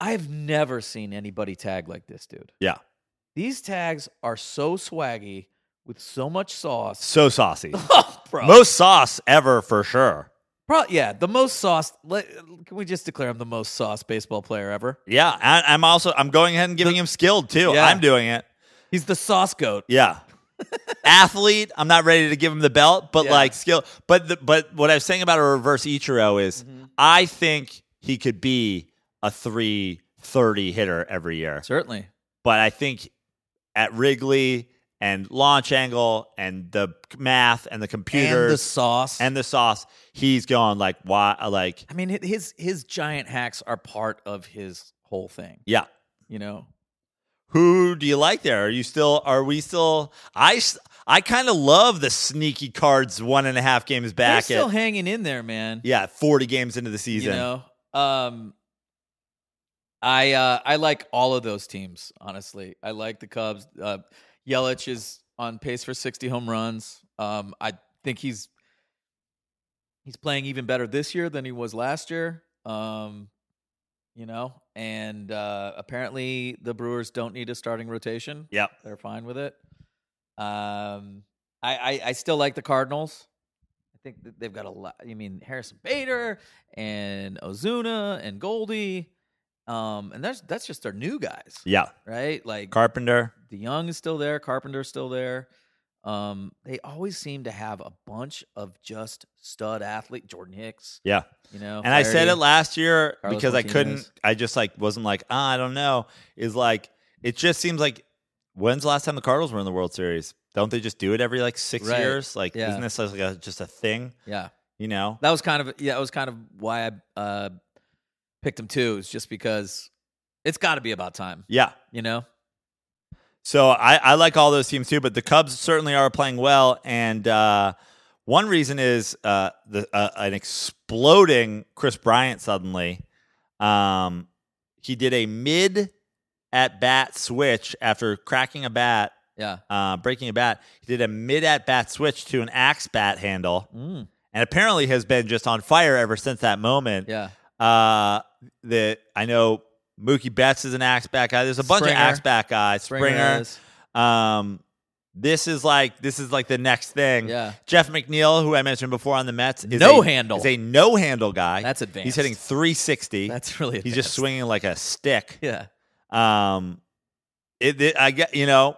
S3: I've never seen anybody tag like this dude.
S1: Yeah.
S3: These tags are so swaggy with so much sauce.
S1: So
S3: [laughs]
S1: saucy.
S3: Oh, Bro.
S1: Most sauce ever for sure.
S3: Pro- yeah, the most sauce. Let, can we just declare him the most sauce baseball player ever?
S4: Yeah,
S1: I, I'm also I'm going ahead and giving him skilled too.
S3: Yeah.
S1: I'm doing it.
S3: He's the sauce goat. [laughs]
S1: Yeah. Athlete, I'm not ready to give him the belt, but
S3: Yeah.
S1: like skill. But the, but what I was saying about a reverse Ichiro is
S3: Mm-hmm.
S1: I think he could be a 330 hitter every year.
S3: Certainly.
S1: But I think at Wrigley and launch angle and the math and the
S3: and the
S1: computers
S3: sauce.
S1: and the, sauce, he's going like why like
S3: I mean, hi- his his giant hacks are part of his whole thing.
S1: yeah.
S3: You know,
S1: Who do you like there? Are you still? Are we still? I s- I kind of love the sneaky cards one and a half games
S3: they're
S1: back.
S3: still
S1: At,
S3: hanging in there, man.
S1: yeah, forty games into the
S3: you
S1: season.
S3: know, um, I uh, I like all of those teams. Honestly, I like the Cubs. Uh, Yelich is on pace for sixty home runs. Um, I think he's he's playing even better this year than he was last year. Um, you know, and uh, apparently the Brewers don't need a starting rotation.
S1: Yep.
S3: they're fine with it. Um, I, I I still like the Cardinals. I think that they've got a lot. I mean, Harrison Bader and Ozuna and Goldie, um, and that's that's just their new guys,
S1: Yeah.
S3: right? Like
S1: Carpenter.
S3: the Young is still there, Carpenter's still there. Um, they always seem to have a bunch of just stud athlete, Jordan Hicks,
S1: Yeah.
S3: you know.
S1: And I said
S3: Flaherty.
S1: it last year
S3: Oh, Carlos
S1: because I couldn't.
S3: Martinez.
S1: I just like wasn't like ah, I don't know. Is like it just seems like when's the last time the Cardinals were in the World Series? Don't they just do it every like six
S3: Right.
S1: years? Like
S3: Yeah.
S1: isn't this like a, just a thing?
S3: Yeah,
S1: You know?
S3: that was kind of yeah, that was kind of why I uh picked him too. Is just because it's got to be about time,
S1: Yeah.
S3: you know.
S1: So I, I like all those teams too, but the Cubs certainly are playing well. And uh, one reason is uh, the uh, an exploding Chris Bryant suddenly. Um, he did a mid at bat switch after cracking a bat,
S3: Yeah.
S1: uh, breaking a bat. He did a mid at bat switch to an axe bat handle,
S3: Mm,
S1: and apparently has been just on fire ever since that moment.
S3: yeah.
S1: Uh, the I know Mookie Betts is an axe bat guy. There's a bunch
S3: Springer.
S1: of axe bat guys. Springer
S3: is-
S1: um, this is like this is like the next thing.
S3: Yeah.
S1: Jeff McNeil, who I mentioned before on the Mets, is
S3: No
S1: a,
S3: handle.
S1: Is a no handle guy.
S3: That's advanced.
S1: He's hitting 360.
S3: That's really
S1: He's just
S3: advanced.
S1: swinging like a stick.
S3: Yeah.
S1: Um, it, it- I get you know,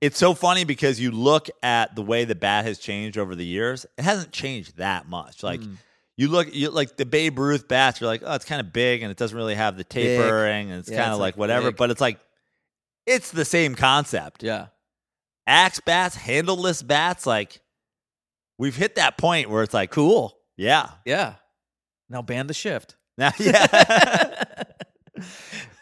S1: it's so funny because you look at the way the bat has changed over the years. It hasn't changed that much. Like
S3: Mm.
S1: you look, you like the Babe Ruth bats. You're like, oh, it's kind of big and it doesn't really have the tapering and it's
S3: Yeah,
S1: kind
S3: it's,
S1: of
S3: like,
S1: like whatever.
S3: big.
S1: But it's like, it's the same concept
S3: Yeah.
S1: axe bats, handleless bats, like we've hit that point where it's like cool. Yeah. [laughs]
S3: Yeah. Now ban the shift.
S1: Now yeah. [laughs]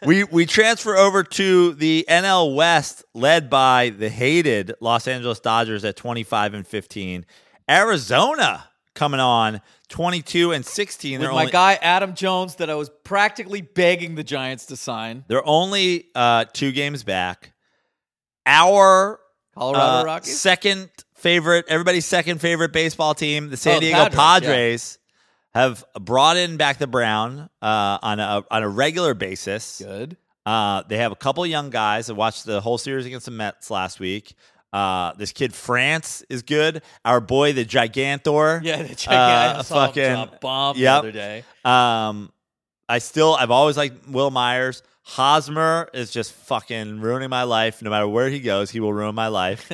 S1: we we transfer over to the NL West led by the hated Los Angeles Dodgers at 25 and 15. Arizona coming on 22 and 16.
S3: With
S1: They're
S3: my
S1: only,
S3: guy Adam Jones that I was practically begging the Giants to sign.
S1: they're only uh, two games back. Our
S3: Colorado
S1: uh,
S3: Rockies.
S1: Second favorite, everybody's second favorite baseball team, the San
S3: Oh, the
S1: Diego
S3: Padres, yeah.
S1: Padres, have brought in back the Brown uh, on a on a regular basis.
S3: Good.
S1: Uh, they have a couple young guys. I watched the whole series against the Mets last week. Uh, this kid France is good. Our boy, the Gigantor.
S3: Yeah, the Giants
S1: Uh,
S3: saw him
S1: fucking-
S3: drop bomb the
S1: yep.
S3: other day.
S1: Um, I still, I've always liked Will Myers. Hosmer is just fucking ruining my life. No matter where he goes, he will ruin my life.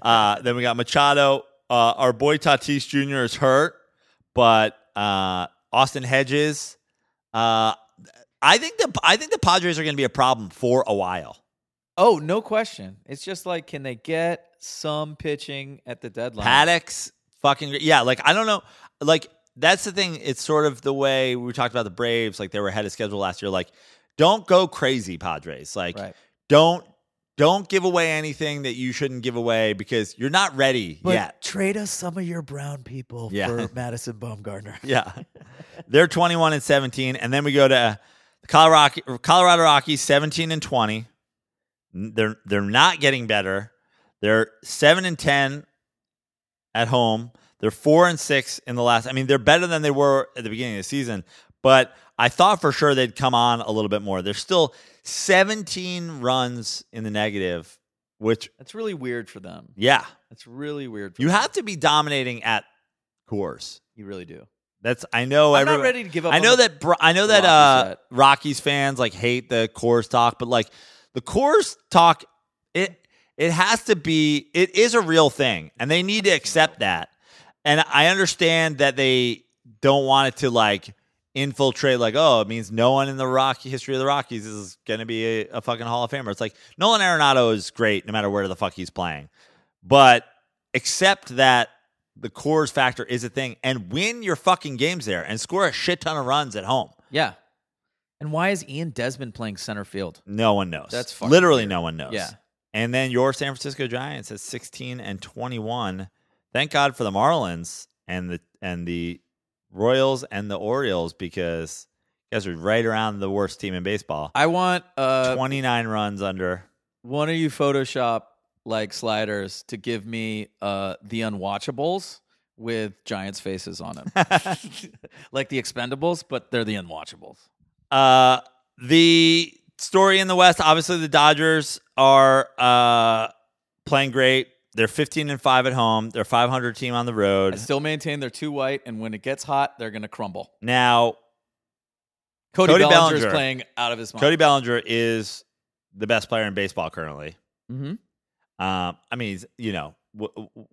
S1: uh, then we got Machado. Uh, our boy Tatis Jr. is hurt, but uh, Austin Hedges. Uh, I think the I think the Padres are going to be a problem for a while.
S3: Oh, no question. It's just like, can they get some pitching at the deadline?
S1: Paddock's fucking yeah. Like I don't know. Like that's the thing. It's sort of the way we talked about the Braves. Like they were ahead of schedule last year. Like don't go crazy, Padres. Like
S3: Right.
S1: don't don't give away anything that you shouldn't give away because you're not ready yet.
S3: trade us some of your brown people
S1: Yeah. [laughs] for
S3: Madison Baumgartner.
S1: [laughs] Yeah. They're 21 and 17. And then we go to the Colorado, Colorado Rockies, 17 and 20. They're, they're not getting better. They're 7 and 10 at home. They're 4 and 6 in the last. I mean, they're better than they were at the beginning of the season, but I thought for sure they'd come on a little bit more. They're still 17 runs in the negative, which,
S3: That's really weird for them.
S1: yeah,
S3: That's really weird. For
S1: you
S3: them.
S1: have to be dominating at course.
S3: You really do.
S1: That's I know
S3: I'm
S1: everyone-
S3: not ready to give up.
S1: I
S3: on
S1: know
S3: the-
S1: that Bro- I know that
S3: Rockies
S1: uh,
S3: yet.
S1: Rockies fans like hate the Coors talk, but like the Coors talk, it it has to be it is a real thing, and they need to accept that. And I understand that they don't want it to like infiltrate, like oh, it means no one in the Rocky history of the Rockies is going to be a, a fucking Hall of Famer. It's like Nolan Arenado is great no matter where the fuck he's playing, but accept that the Coors factor is a thing and win your fucking games there and score a shit ton of runs at home.
S3: Yeah. And why is Ian Desmond playing center field?
S1: No one knows.
S3: That's fucking
S1: literally
S3: weird.
S1: no one knows.
S3: Yeah.
S1: And then your San Francisco Giants at 16 and 21. Thank God for the Marlins and the and the Royals and the Orioles because you guys are right around the worst team in baseball.
S3: I want uh,
S1: 29 runs under. [laughs]
S3: one of you Photoshop like sliders to give me uh, the unwatchables with Giants faces on [laughs] them, like the Expendables, but they're the unwatchables.
S1: Uh, the story in the West, obviously the Dodgers are uh, playing great. They're 15 and 5 at home. They're 500 team on the
S3: I
S1: road.
S3: still maintain they're too white, and when it gets hot, they're going to crumble.
S1: now,
S3: Cody,
S1: Cody
S3: Bellinger, is
S1: Bellinger.
S3: playing out of his mind.
S1: Cody Bellinger is the best player in baseball currently.
S3: hmm
S1: Um, I mean, he's, you know, w- w-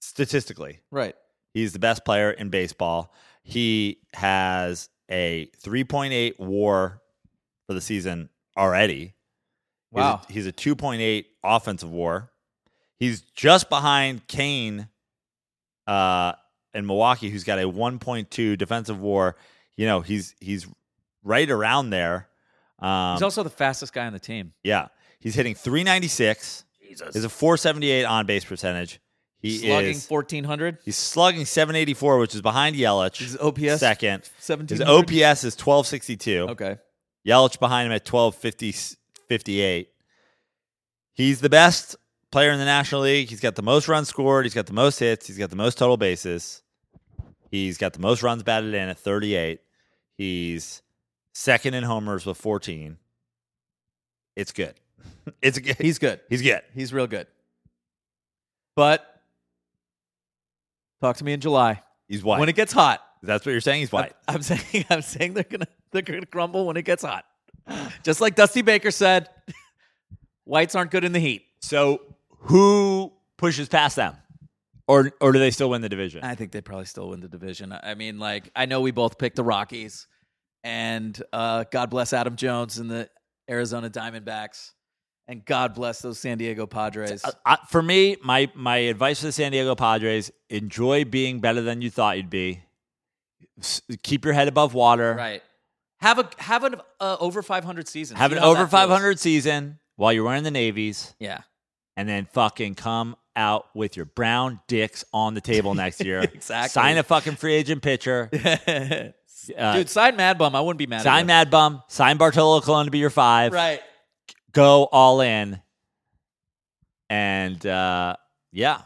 S1: statistically,
S3: Right.
S1: he's the best player in baseball. He has a 3.8 war for the season already. He's a-
S3: Wow.
S1: He's a, 2.8 offensive war. He's just behind Kane uh, in Milwaukee, who's got a 1.2 defensive war. You know, he's he's right around there. Um,
S3: He's also the fastest guy on the team.
S1: yeah, he's hitting 396.
S3: Jesus.
S1: He's a 478 on base percentage. He
S3: slugging
S1: is
S3: 1400.
S1: he's slugging 784, which is behind Yelich.
S3: His OPS
S1: second. His
S3: 1700.
S1: OPS is 1262.
S3: Okay.
S1: Yelich behind him at 1258. He's the best player in the National League. He's got the most runs scored. He's got the most hits. He's got the most total bases. He's got the most runs batted in at 38. He's second in homers with 14. It's good. [laughs] It's good.
S3: He's good.
S1: He's good.
S3: He's real good. But talk to me in July
S1: He's white.
S3: when it gets hot.
S1: That's what you're saying. He's white.
S3: I'm [laughs] saying I'm saying they're gonna they're gonna crumble when it gets hot. Just like Dusty Baker said, [laughs] whites aren't good in the heat.
S1: So who pushes past them, or or do they still win the division?
S3: I think they probably still win the division. I I mean, like I know we both picked the Rockies, and uh, God bless Adam Jones and the Arizona Diamondbacks, and God bless those San Diego Padres.
S1: Uh, uh, for me, my my advice for the San Diego Padres: enjoy being better than you thought you'd be. S- keep your head above water.
S3: right. Have a have an uh, over 500 season.
S1: Have
S3: See
S1: an
S3: how
S1: over
S3: that feels.
S1: 500 season while you're wearing the navies,
S3: Yeah.
S1: and then fucking come out with your brown dicks on the table next year.
S3: [laughs] Exactly.
S1: Sign a fucking free agent
S3: [laughs]
S1: pitcher. Uh,
S3: Dude, sign Mad Bum. I wouldn't be mad.
S1: sign
S3: at
S1: Mad Bum. Sign Bartolo Colon to be your five.
S3: you. Right.
S1: go all in and uh yeah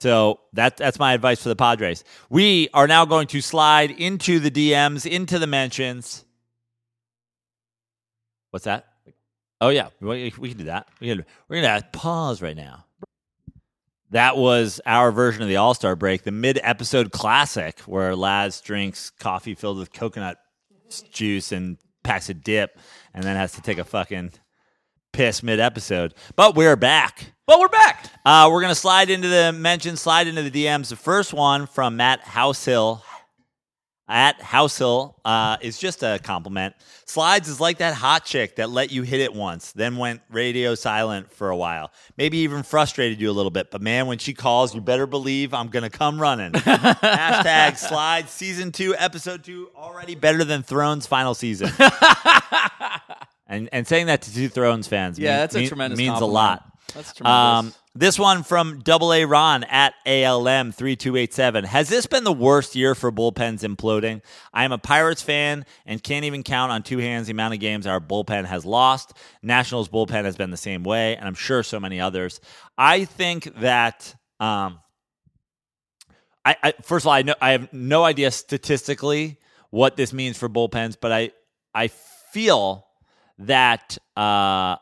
S1: so that that's my advice for the padres we are now going to slide into the dms into the mentions what's that oh yeah we, we can do that we can, we're gonna pause right now that was our version of the All Star break, the mid episode classic where Laz drinks coffee filled with coconut juice and packs a dip and then has to take a fucking piss mid episode. But we're back.
S3: But we're back.
S1: Uh, we're going to slide into the mention, slide into the DMs. The first one from Matt Househill. At Househill uh, is just a compliment. Slides is like that hot chick that let you hit it once, then went radio silent for a while. Maybe even frustrated you a little bit. But man, when she calls, you better believe I'm going to come
S3: [laughs]
S1: running. Hashtag slide season two, episode two, already better than Thrones final
S3: [laughs]
S1: season. and, and saying that to two Thrones fans
S3: Yeah,
S1: mean-
S3: that's a
S1: mean-
S3: tremendous
S1: means
S3: compliment.
S1: a lot.
S3: That's
S1: Um,
S3: tremendous.
S1: this one from Double A Ron at ALM three two eight seven. Has this been the worst year for bullpens imploding? I am a Pirates fan and can't even count on two hands the amount of games our bullpen has lost. Nationals bullpen has been the same way, and I'm sure so many others. I think that. Um, I, I first of all, I know I have no idea statistically what this means for bullpens, but I I feel that uh,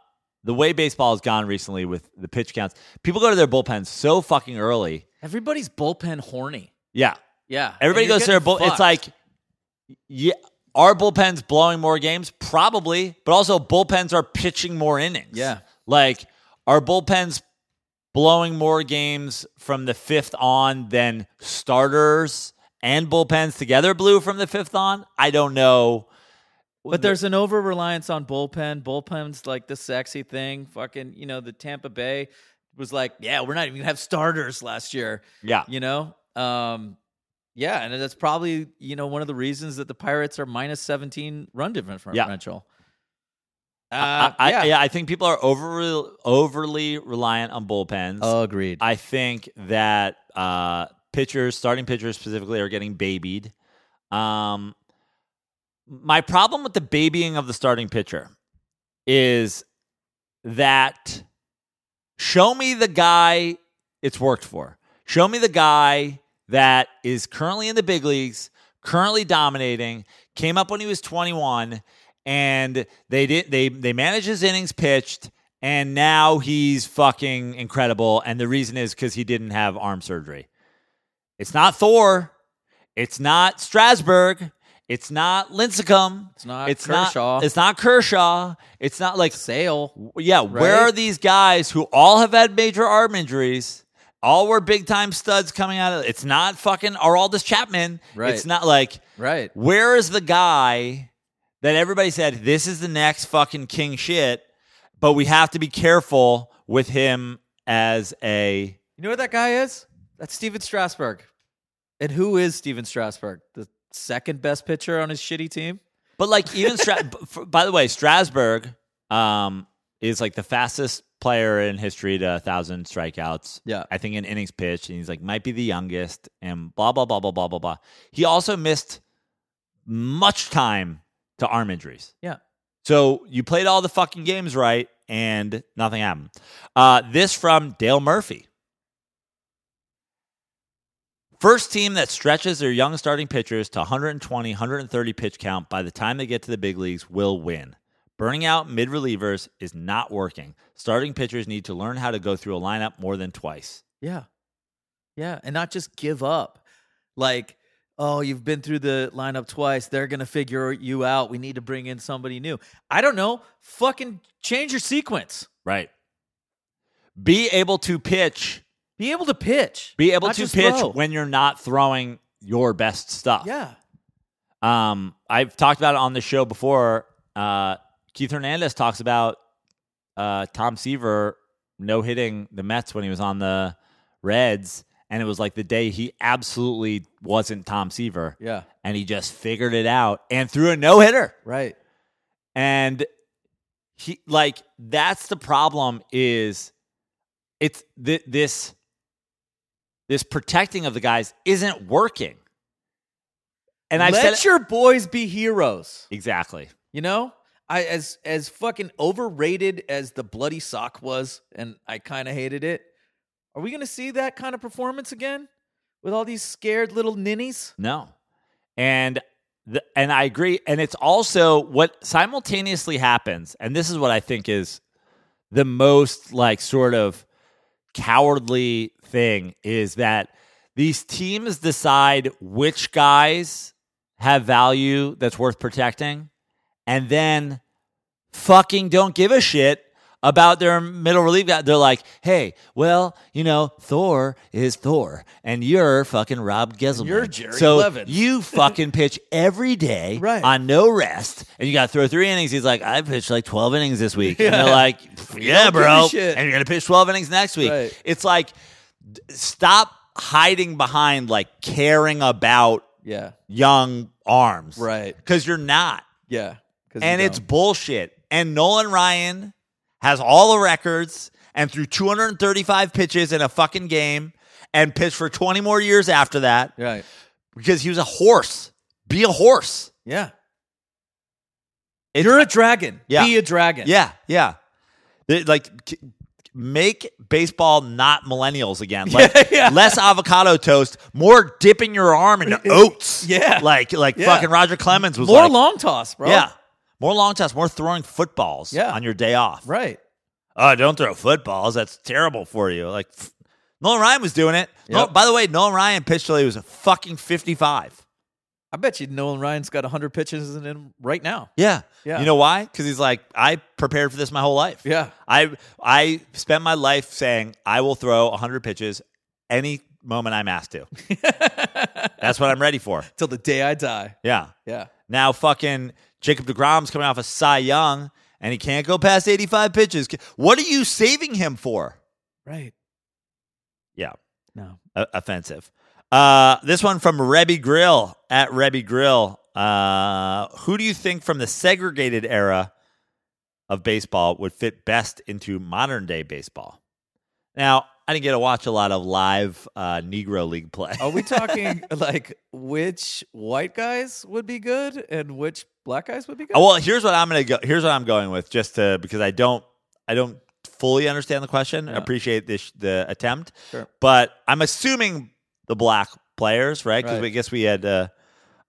S1: the way baseball has gone recently with the pitch counts, people go to their bullpens so fucking early.
S3: Everybody's bullpen horny.
S1: Yeah,
S3: Yeah.
S1: everybody
S3: And you're
S1: goes to their bull.
S3: getting
S1: It's
S3: fucked.
S1: like, yeah, are bullpens blowing more games? Probably, but also bullpens are pitching more innings.
S3: Yeah.
S1: like are bullpens blowing more games from the fifth on than starters and bullpens together blew from the fifth on? I don't know.
S3: But there's an over reliance on bullpen. Bullpen's like the sexy thing. Fucking, you know, the Tampa Bay was like, yeah, we're not even gonna have starters last year.
S1: Yeah,
S3: You know, um, yeah, and that's probably you know one of the reasons that the Pirates are minus 17 run differential. Uh,
S1: I,
S3: yeah.
S1: I, yeah, I think people are over, overly reliant on bullpens.
S3: agreed.
S1: I think that uh, pitchers, starting pitchers specifically, are getting babied. Um, my problem with the babying of the starting pitcher is that show me the guy it's worked for. Show me the guy that is currently in the big leagues, currently dominating, came up when he was 21 and they did they they managed his innings pitched and now he's fucking incredible. And the reason is because he didn't have arm surgery. It's not Thor. It's not Strasburg. It's not Lincecum.
S3: It's not Kershaw.
S1: Not, it's not Kershaw. It's not like
S3: Sale.
S1: yeah, where
S3: Right?
S1: are these guys who all have had major arm injuries? All were big time studs coming out of it's not fucking Araldis Chapman.
S3: Right.
S1: It's not like
S3: Right.
S1: where is the guy that everybody said this is the next fucking king shit, but we have to be careful with him as a
S3: You know what that guy is? That's Steven Strasburg. And who is Steven Strasburg? The second best pitcher on his shitty team?
S1: but like even
S3: [laughs]
S1: Stra- b- f- by the way, Strasburg um is like the fastest player in history to 1000 strikeouts.
S3: Yeah.
S1: I think in innings pitched, and he's like might be the youngest, and blah blah blah blah blah blah blah. He also missed much time to arm injuries.
S3: Yeah.
S1: So you played all the fucking games right, and nothing happened. Uh, this from Dale Murphy. First team that stretches their young starting pitchers to 120, 130 pitch count by the time they get to the big leagues will win. Burning out mid relievers is not working. Starting pitchers need to learn how to go through a lineup more than twice.
S3: Yeah. Yeah. And not just give up. Like, oh, you've been through the lineup twice. They're going to figure you out. We need to bring in somebody new. I don't know. Fucking change your sequence.
S1: Right. Be able to pitch.
S3: Be able to pitch.
S1: Be able
S3: Not
S1: to
S3: just
S1: pitch
S3: throw.
S1: when you're not throwing your best stuff.
S3: Yeah.
S1: Um, I've talked about it on the show before. Uh, Keith Hernandez talks about uh, Tom Seaver no hitting the Mets when he was on the Reds, and it was like the day he absolutely wasn't Tom Seaver,
S3: Yeah.
S1: and he just figured it out and threw a no hitter.
S3: Right.
S1: And he like that's the problem is it's th- this this protecting of the guys isn't working. And I've
S3: Let
S1: said
S3: your boys be heroes.
S1: exactly.
S3: You know, I as as fucking overrated as the bloody sock was, and I kind of hated it. Are we gonna see that kind of performance again with all these scared little ninnies?
S1: No. And the, and I agree and it's also what simultaneously happens and this is what I think is the most like sort of cowardly thing is that these teams decide which guys have value that's worth protecting and then fucking don't give a shit about their middle relief guy. They're like, hey, well, you know, Thor is Thor, and you're fucking Rob Geselman.
S3: you're Jerry
S1: so
S3: Levin. [laughs]
S1: you fucking pitch every day
S3: Right.
S1: on no rest, and you got to throw three innings. He's like, I pitched like 12 innings this week. And they're like, yeah,
S3: don't give a
S1: bro.
S3: shit.
S1: And you're going to pitch 12 innings next week.
S3: Right.
S1: It's like, d- stop hiding behind like caring about
S3: Yeah,
S1: young arms.
S3: right.
S1: Because you're not
S3: Yeah, 'cause you
S1: and it's
S3: don't.
S1: bullshit. And Nolan Ryan has all the records and threw 235 pitches in a fucking game and pitched for 20 more years after that
S3: right.
S1: because he was a horse. Be a horse.
S3: Yeah,
S1: It's-
S3: you're a dragon.
S1: Yeah.
S3: Be a dragon.
S1: yeah, yeah. They- like c- make baseball not millennials
S3: [laughs]
S1: again. Like
S3: yeah.
S1: less avocado toast, more dipping your arm
S3: [laughs]
S1: into oats.
S3: Yeah.
S1: Like like
S3: Yeah.
S1: fucking Roger Clemens was
S3: More
S1: like,
S3: long toss, bro.
S1: Yeah. More long toss, more throwing footballs
S3: Yeah.
S1: on your day off.
S3: Right.
S1: oh, don't throw footballs. That's terrible for you. Like, pff, Nolan Ryan was doing it. No,
S3: Yep.
S1: by the way, Nolan Ryan pitched till he was a fucking 55.
S3: I bet you Nolan Ryan's got 100 pitches in him right now.
S1: Yeah.
S3: Yeah.
S1: You know why? Because he's like, I prepared for this my whole life.
S3: Yeah.
S1: I, I spent my life saying, I will throw 100 pitches any moment I'm asked to. That's what I'm ready for.
S3: Till the day I die.
S1: Yeah.
S3: Yeah.
S1: Now fucking Jacob DeGrom's coming off a Cy Young and he can't go past 85 pitches. What are you saving him for?
S3: Right.
S1: Yeah.
S3: No.
S1: o- offensive. Uh, this one from Rebby Grill at Rebby Grill. Uh, who do you think from the segregated era of baseball would fit best into modern day baseball? Now, I didn't get to watch a lot of live uh, Negro League play.
S3: Are we talking [laughs] like which white guys would be good and which black guys would be good?
S1: Oh, well, here's what I'm gonna go. Here's what I'm going with, just to because I don't, I don't fully understand the question. I
S3: Yeah.
S1: appreciate this the attempt,
S3: Sure.
S1: but I'm assuming the black players, right? Because
S3: Right.
S1: I guess we had, uh,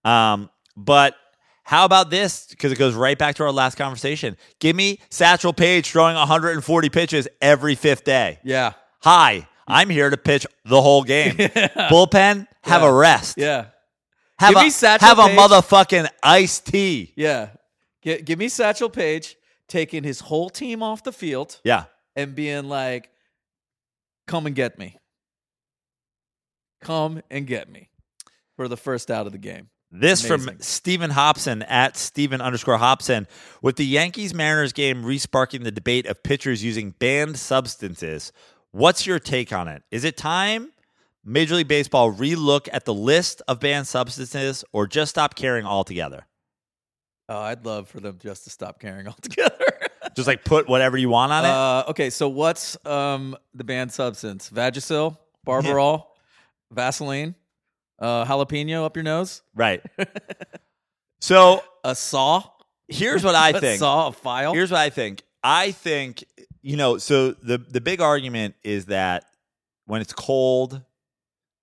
S1: um, but How about this? Because it goes right back to our last conversation. Give me Satchel Paige throwing 140 pitches every fifth day.
S3: Yeah.
S1: Hi, I'm here to pitch the whole
S3: [laughs]
S1: game. Bullpen, have a rest.
S3: Yeah.
S1: Have
S3: Give
S1: a
S3: me Satchel
S1: have
S3: Paige.
S1: a motherfucking iced tea.
S3: Yeah. Gi- give me Satchel Paige taking his whole team off the field
S1: Yeah.
S3: and being like, come and get me. Come and get me for the first out of the game.
S1: This
S3: Amazing.
S1: from Stephen Hobson at Stephen underscore Hobson. With the Yankees Mariners game resparking the debate of pitchers using banned substances, what's your take on it? Is it time Major League Baseball relook at the list of banned substances or just stop caring altogether?
S3: Oh, I'd love for them just to stop caring [laughs] altogether.
S1: Just like put whatever you want on it?
S3: uh, okay, so what's um, the banned substance? Vagisil, Barberol, Vaseline, uh, jalapeno up your nose, [laughs]
S1: right. so
S3: a saw.
S1: here's what I
S3: A
S1: think.
S3: saw, a file.
S1: Here's what I think. I think you know. So the the big argument is that when it's cold,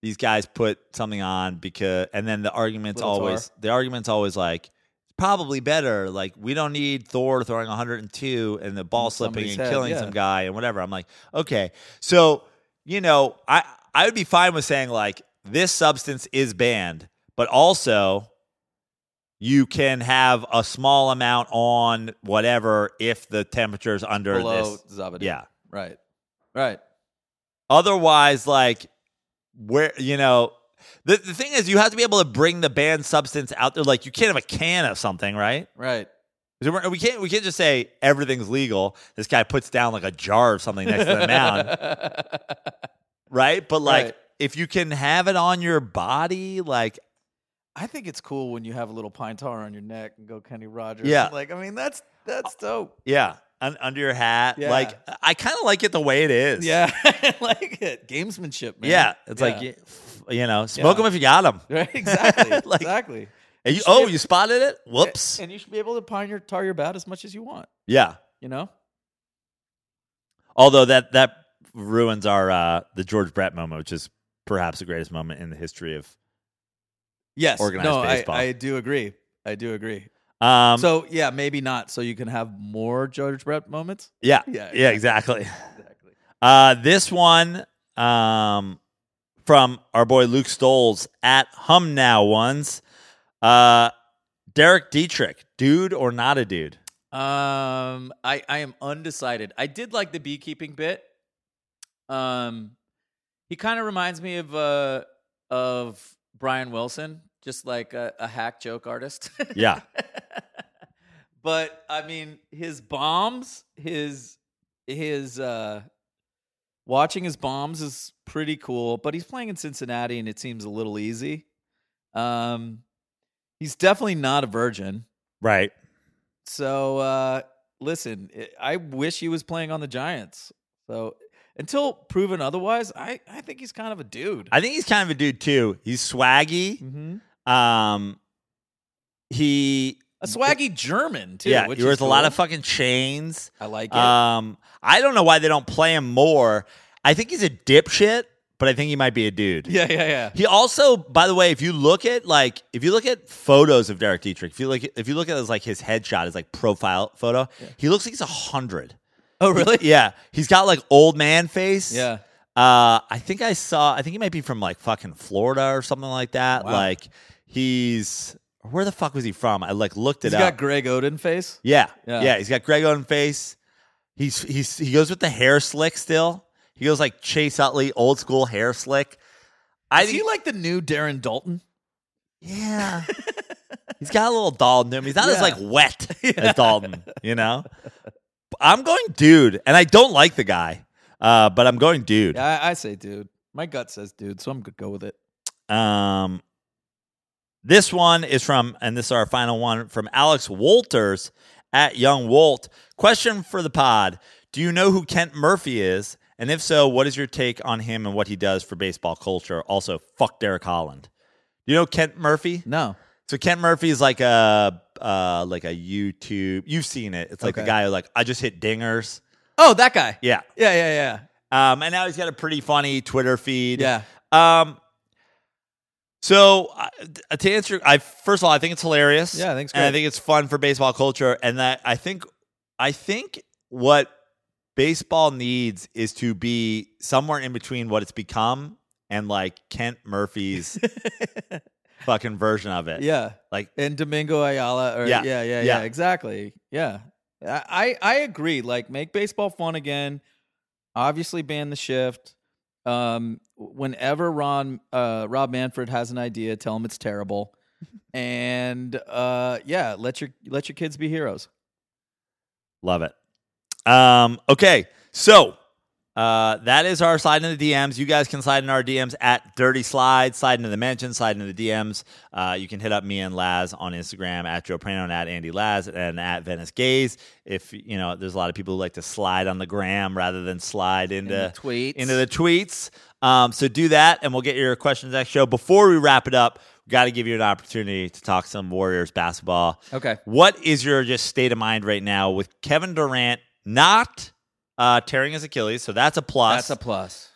S1: these guys put something on because, and then the argument's
S3: Little tar.
S1: always the argument's always like probably better. Like we don't need Thor throwing 102 and the ball
S3: And
S1: slipping
S3: somebody's
S1: and
S3: head,
S1: killing
S3: yeah.
S1: some guy and whatever. I'm like, okay, so you know, I I would be fine with saying like this substance is banned, but also you can have a small amount on whatever if the temperature is under
S3: below
S1: this.
S3: Zabadin.
S1: Yeah.
S3: Right. Right.
S1: Otherwise, like where you know the, the thing is you have to be able to bring the banned substance out there. Like you can't have a can of something, right?
S3: Right.
S1: 'Cause we're- We can't we can't just say everything's legal. This guy puts down like a jar of something next to the mound, right? But like
S3: Right.
S1: if you can have it on your body, like
S3: [laughs] I think it's cool when you have a little pine tar on your neck and go Kenny Rogers.
S1: Yeah.
S3: Like, I mean, that's that's dope.
S1: yeah, un- under your hat,
S3: Yeah.
S1: like I kind of like it the way it is.
S3: Yeah. [laughs] like it. Gamesmanship, man.
S1: Yeah, it's like
S3: Yeah.
S1: you, you know, smoke
S3: Yeah.
S1: them if you got them.
S3: [laughs] Right, exactly.
S1: [laughs] Like-
S3: exactly.
S1: You, oh, you spotted it?
S3: [laughs]
S1: Whoops.
S3: And you should be able to pine your tar your bat as much as you want,
S1: Yeah.
S3: you know?
S1: Although that that ruins our uh the George Brett moment, which is perhaps the greatest moment in the history of
S3: Yes.
S1: Organized
S3: no,
S1: baseball.
S3: I, I do agree. I do agree.
S1: um
S3: so yeah, maybe not. So you can have more George Brett moments.
S1: yeah.
S3: Yeah,
S1: [laughs] Yeah, exactly.
S3: Exactly.
S1: Uh this one um from our boy Luke Stoles at Hum Now Ones. Uh Derek Dietrich, dude or not a
S3: [laughs]
S1: dude?
S3: Um, I I am undecided. I did like the beekeeping bit. Um, he kind of reminds me of uh of Brian Wilson, just like a, a hack joke artist. [laughs]
S1: Yeah.
S3: but I mean, his bombs, his his uh, watching his bombs is pretty cool. But he's playing in Cincinnati, and it seems a little easy. Um, he's definitely not a virgin.
S1: Right.
S3: So uh, listen, i I wish he was playing on the Giants. So until proven otherwise, I, I think he's kind of a dude.
S1: I think he's kind of a dude too. He's swaggy.
S3: Mhm.
S1: Um he
S3: A swaggy German too.
S1: Mm, yeah,
S3: which
S1: he wears
S3: is
S1: a lot
S3: cool.
S1: of fucking chains.
S3: I like it.
S1: Um, I don't know why they don't play him more. I think he's a dipshit, but I think he might be a dude.
S3: [laughs] yeah, yeah, yeah.
S1: He also, by the way, if you look at like if you look at photos of Derek Dietrich, if you look if you look at his like his headshot, his like profile photo, he looks like he's a hundred.
S3: Oh really?
S1: [laughs] Yeah, he's got like old man face.
S3: Yeah.
S1: Uh, I think I saw. I think he might be from like fucking Florida or something like that.
S3: Wow.
S1: Like he's where the fuck was he from? I like looked it
S3: He's
S1: up.
S3: got Greg Oden face.
S1: Yeah,
S3: Yeah.
S1: yeah. he's got Greg on face. He's he's he goes with the hair slick still. He goes like Chase Utley, old school hair slick. I
S3: Is he like the new Darren Dalton? [laughs]
S1: yeah. he's got a little Dalton to him. He's not as
S3: Yeah.
S1: like wet
S3: [laughs]
S1: as Dalton, you know. But I'm going dude, and I don't like the guy, uh, but I'm going dude.
S3: Yeah, I, I say dude. My gut says dude, so I'm gonna go with it.
S1: Um, this one is from, and this is our final one from Alex Walters at Young Walt. Question for the pod Do you know who Kent Murphy is? And if so, what is your take on him and what he does for baseball culture? Also, fuck Derek Holland. Do you know Kent Murphy?
S3: No.
S1: So Kent Murphy is like a uh, like a YouTube. You've seen it. It's like the
S3: Okay.
S1: guy who like I just hit dingers.
S3: Oh, that guy.
S1: Yeah.
S3: Yeah, yeah, yeah.
S1: Um, and now he's got a pretty funny Twitter feed.
S3: Yeah.
S1: Um, So uh, th- to answer, I first of all, I think it's hilarious.
S3: Yeah, I think it's
S1: and I
S3: great.
S1: think it's fun for baseball culture, and that I think, I think what baseball needs is to be somewhere in between what it's become and like Kent
S3: [laughs]
S1: Murphy's fucking version of it.
S3: Yeah.
S1: like
S3: And Domingo Ayala. Or,
S1: Yeah.
S3: yeah. Yeah, yeah,
S1: Yeah.
S3: Exactly. Yeah. I, I I agree. Like, make baseball fun again. Obviously, ban the shift. Um, whenever Ron uh, Rob Manfred has an idea, tell him
S1: [laughs]
S3: it's terrible. And uh, yeah, let your let your kids be heroes.
S1: Love it. Um, okay, so uh, that is our slide in the DMs. You guys can slide in our DMs at Dirty Slide, slide into the mention, slide into the DMs. Uh, you can hit up me and Laz on Instagram at Joe Prano and at Andy Laz and at Venice Gaze. If you know, there's a lot of people who like to slide on the gram rather than slide
S3: In
S1: into
S3: the tweets.
S1: into the tweets. Um, so do that, and we'll get your questions next show. Before we wrap it up, we got to give you an opportunity to talk some Warriors basketball.
S3: okay.
S1: What is your just state of mind right now with Kevin Durant not uh, tearing his Achilles? So that's a plus.
S3: That's a plus.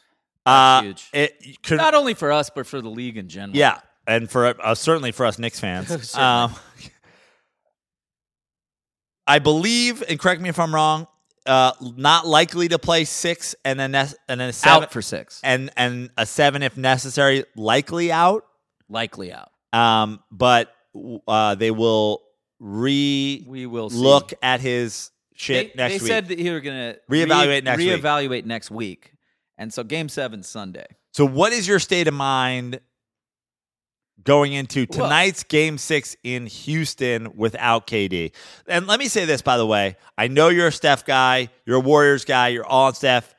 S1: uh,
S3: huge.
S1: It, could,
S3: Not only for us, but for the league in general.
S1: yeah, and for uh, certainly for us Knicks fans.
S3: [laughs] Certainly.
S1: um, I believe, and correct me if I'm wrong. Uh, not likely to play six and a ne- and a seven
S3: Out for six.
S1: and and a seven if necessary, likely out.
S3: Likely out.
S1: Um, but uh, they will re
S3: We will see.
S1: look at his shit
S3: they,
S1: next
S3: they
S1: week.
S3: said that you were going to
S1: Reevaluate next week.
S3: reevaluate next week. And so game seven Sunday.
S1: so, what is your state of mind going into
S3: Well-
S1: tonight's game six in Houston without KD? And let me say this, by the way, I know you're a Steph guy, you're a Warriors guy, you're all on Steph.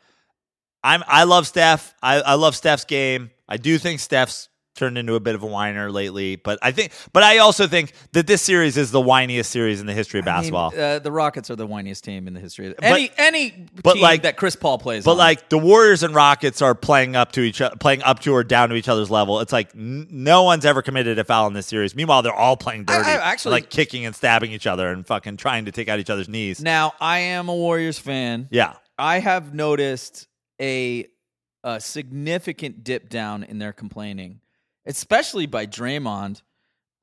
S1: I'm I love Steph. I, I love Steph's game. I do think Steph's turned into a bit of a whiner lately, but I think but I also think that this series is the whiniest series in the history of basketball.
S3: I mean, uh, the Rockets are the whiniest team in the history. Of, any any
S1: but
S3: team
S1: like-
S3: that Chris Paul plays,
S1: But
S3: on.
S1: like the Warriors and Rockets are playing up to each other, playing up to or down to each other's level. It's like n- no one's ever committed a foul in this series. Meanwhile, they're all playing
S3: I- I
S1: dirty,
S3: actually-
S1: like kicking and stabbing each other and fucking trying to take out each other's knees.
S3: now, I am a Warriors fan.
S1: Yeah,
S3: I have noticed a a significant dip down in their complaining, especially by Draymond.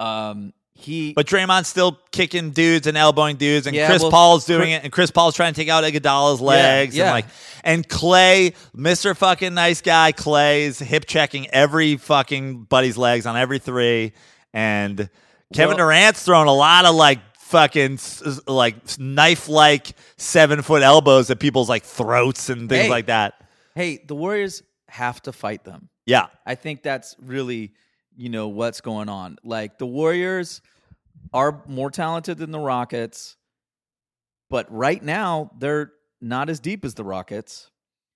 S3: Um, he
S1: but Draymond's still kicking dudes and elbowing dudes, and
S3: Yeah,
S1: Chris
S3: well,
S1: Paul's doing
S3: Chris-
S1: it, and Chris Paul's trying to take out Iguodala's legs,
S3: yeah.
S1: and like, and Clay, Mister fucking nice guy, Clay's hip checking every fucking buddy's legs on every three, and Kevin
S3: Well-
S1: Durant's throwing a lot of like fucking s- s- like knife like seven foot elbows at people's like throats and things
S3: Hey.
S1: like that.
S3: hey, the Warriors have to fight them.
S1: Yeah,
S3: I think that's really, you know, what's going on. Like the Warriors are more talented than the Rockets, but right now they're not as deep as the Rockets.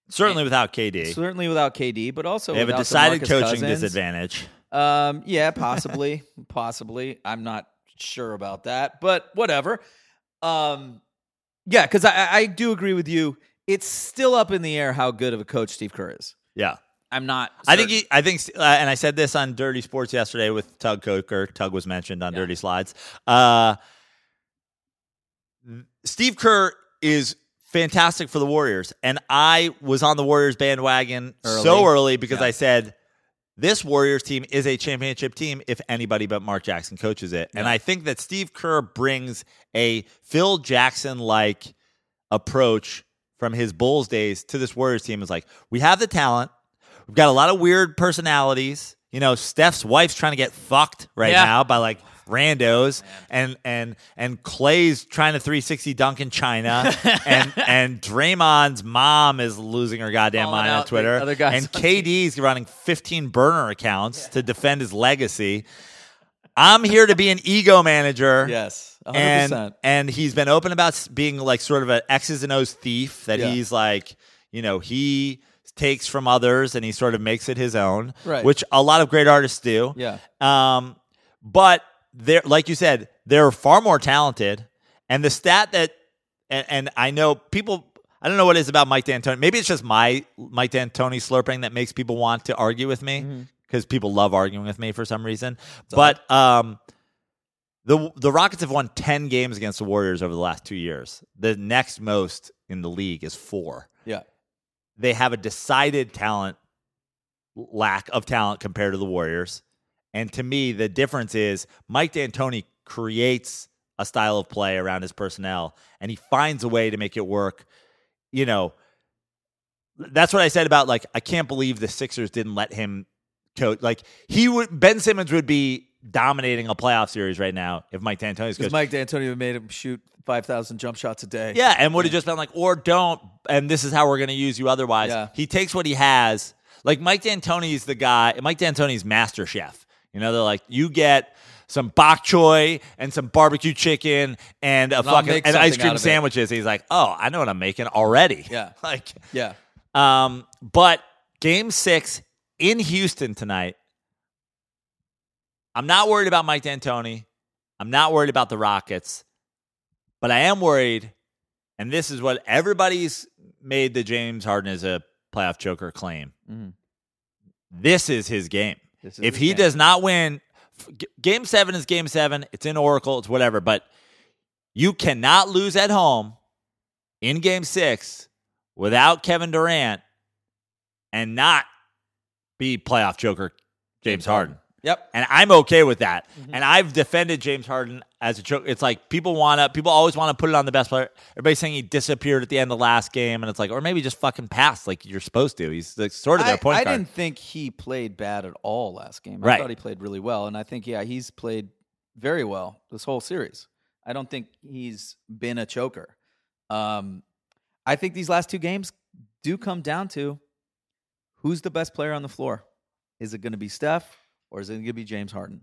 S1: certainly without KD,
S3: Certainly without KD, but also
S1: they have a
S3: without
S1: decided
S3: DeMarcus
S1: coaching
S3: Cousins.
S1: disadvantage.
S3: Um,
S1: [laughs]
S3: yeah, possibly, possibly. I'm not sure about that, but whatever. Um, yeah, because I, I do agree with you. It's still up in the air how good of a coach Steve Kerr is.
S1: Yeah.
S3: I'm not.
S1: I think
S3: certain.
S1: he, I think, uh, and I said this on Dirty Sports yesterday with Tug Coker. Tug was mentioned on
S3: Yeah.
S1: Dirty Slides. Uh, Steve Kerr is fantastic for the Warriors, and I was on the Warriors bandwagon so
S3: Early.
S1: early because
S3: Yeah.
S1: I said this Warriors team is a championship team if anybody but Mark Jackson coaches it, and
S3: Yeah.
S1: I think that Steve Kerr brings a Phil Jackson like approach from his Bulls days to this Warriors team is like we have the talent. We've got a lot of weird personalities. You know, Steph's wife's trying to get fucked right
S3: Yeah. Oh,
S1: now by like randos, and and and Clay's trying to 360 dunk in
S3: [laughs]
S1: China, and and Draymond's mom is losing her goddamn
S3: Calling
S1: mind on
S3: out the
S1: Twitter,
S3: other guys
S1: and
S3: [laughs] on
S1: KD's running 15 burner accounts to defend his legacy. I'm here to be an ego manager
S3: yes, 100.
S1: and
S3: percent
S1: and he's been open about s- being like sort of an X's and O's thief. That
S3: Yeah.
S1: he's like, you know, he takes from others and he sort of makes it his own,
S3: Right.
S1: which a lot of great artists do.
S3: Yeah,
S1: Um, but they're like you said, they're far more talented. And the stat that and, and I know people I don't know what it is about Mike D'Antoni. Maybe it's just my Mike D'Antoni slurping that makes people want to argue with me because people love arguing with me for some reason. but um the the Rockets have won 10 games against the Warriors over the last 2 years. The next most in the league is 4
S3: yeah.
S1: they have a decided talent lack of talent compared to the Warriors. And to me, the difference is Mike D'Antoni creates a style of play around his personnel, and he finds a way to make it work. You know, that's what I said about like I can't believe the Sixers didn't let him coach. Like he would, Ben Simmons would be dominating a playoff series right now if Mike D'Antoni's coach.
S3: Because Mike D'Antonio made him shoot 5,000 jump shots a day.
S1: Yeah, and would have just been like, or don't, and this is how we're going to use you otherwise.
S3: Yeah.
S1: He takes what he has. Like Mike D'Antoni's the guy, Mike D'Antoni's master chef. You know, they're like, you get some bok choy and some barbecue chicken and a fucking
S3: make
S1: and
S3: something
S1: ice
S3: out
S1: cream
S3: of it.
S1: sandwiches. He's like, oh, I know what I'm making already.
S3: Yeah.
S1: [laughs] like,
S3: Yeah.
S1: um, but game six in Houston tonight, I'm not worried about Mike D'Antoni. I'm not worried about the Rockets, but I am worried, and this is what everybody's made the James Harden is a playoff joker claim.
S3: Mhm.
S1: This is his game.
S3: This is
S1: If
S3: his
S1: he
S3: game.
S1: does not win, f- g- game seven is game seven. It's in Oracle, it's whatever, but you cannot lose at home in game six without Kevin Durant and not be playoff joker James Harden.
S3: Yep. Mm-hmm.
S1: And I'm okay with that. And I've defended James Harden as a joke. It's like people want to, people always want to put it on the best player. Everybody's saying he disappeared at the end of last game, and it's like, or maybe just fucking passed like you're supposed to. He's like sort of
S3: I,
S1: their point
S3: I
S1: guard.
S3: didn't think he played bad at all last game. I
S1: Right.
S3: thought he played really well. And I think, yeah, he's played very well this whole series. I don't think he's been a choker. Um, I think these last two games do come down to who's the best player on the floor. Is it going to be Steph or is it going to be James Harden?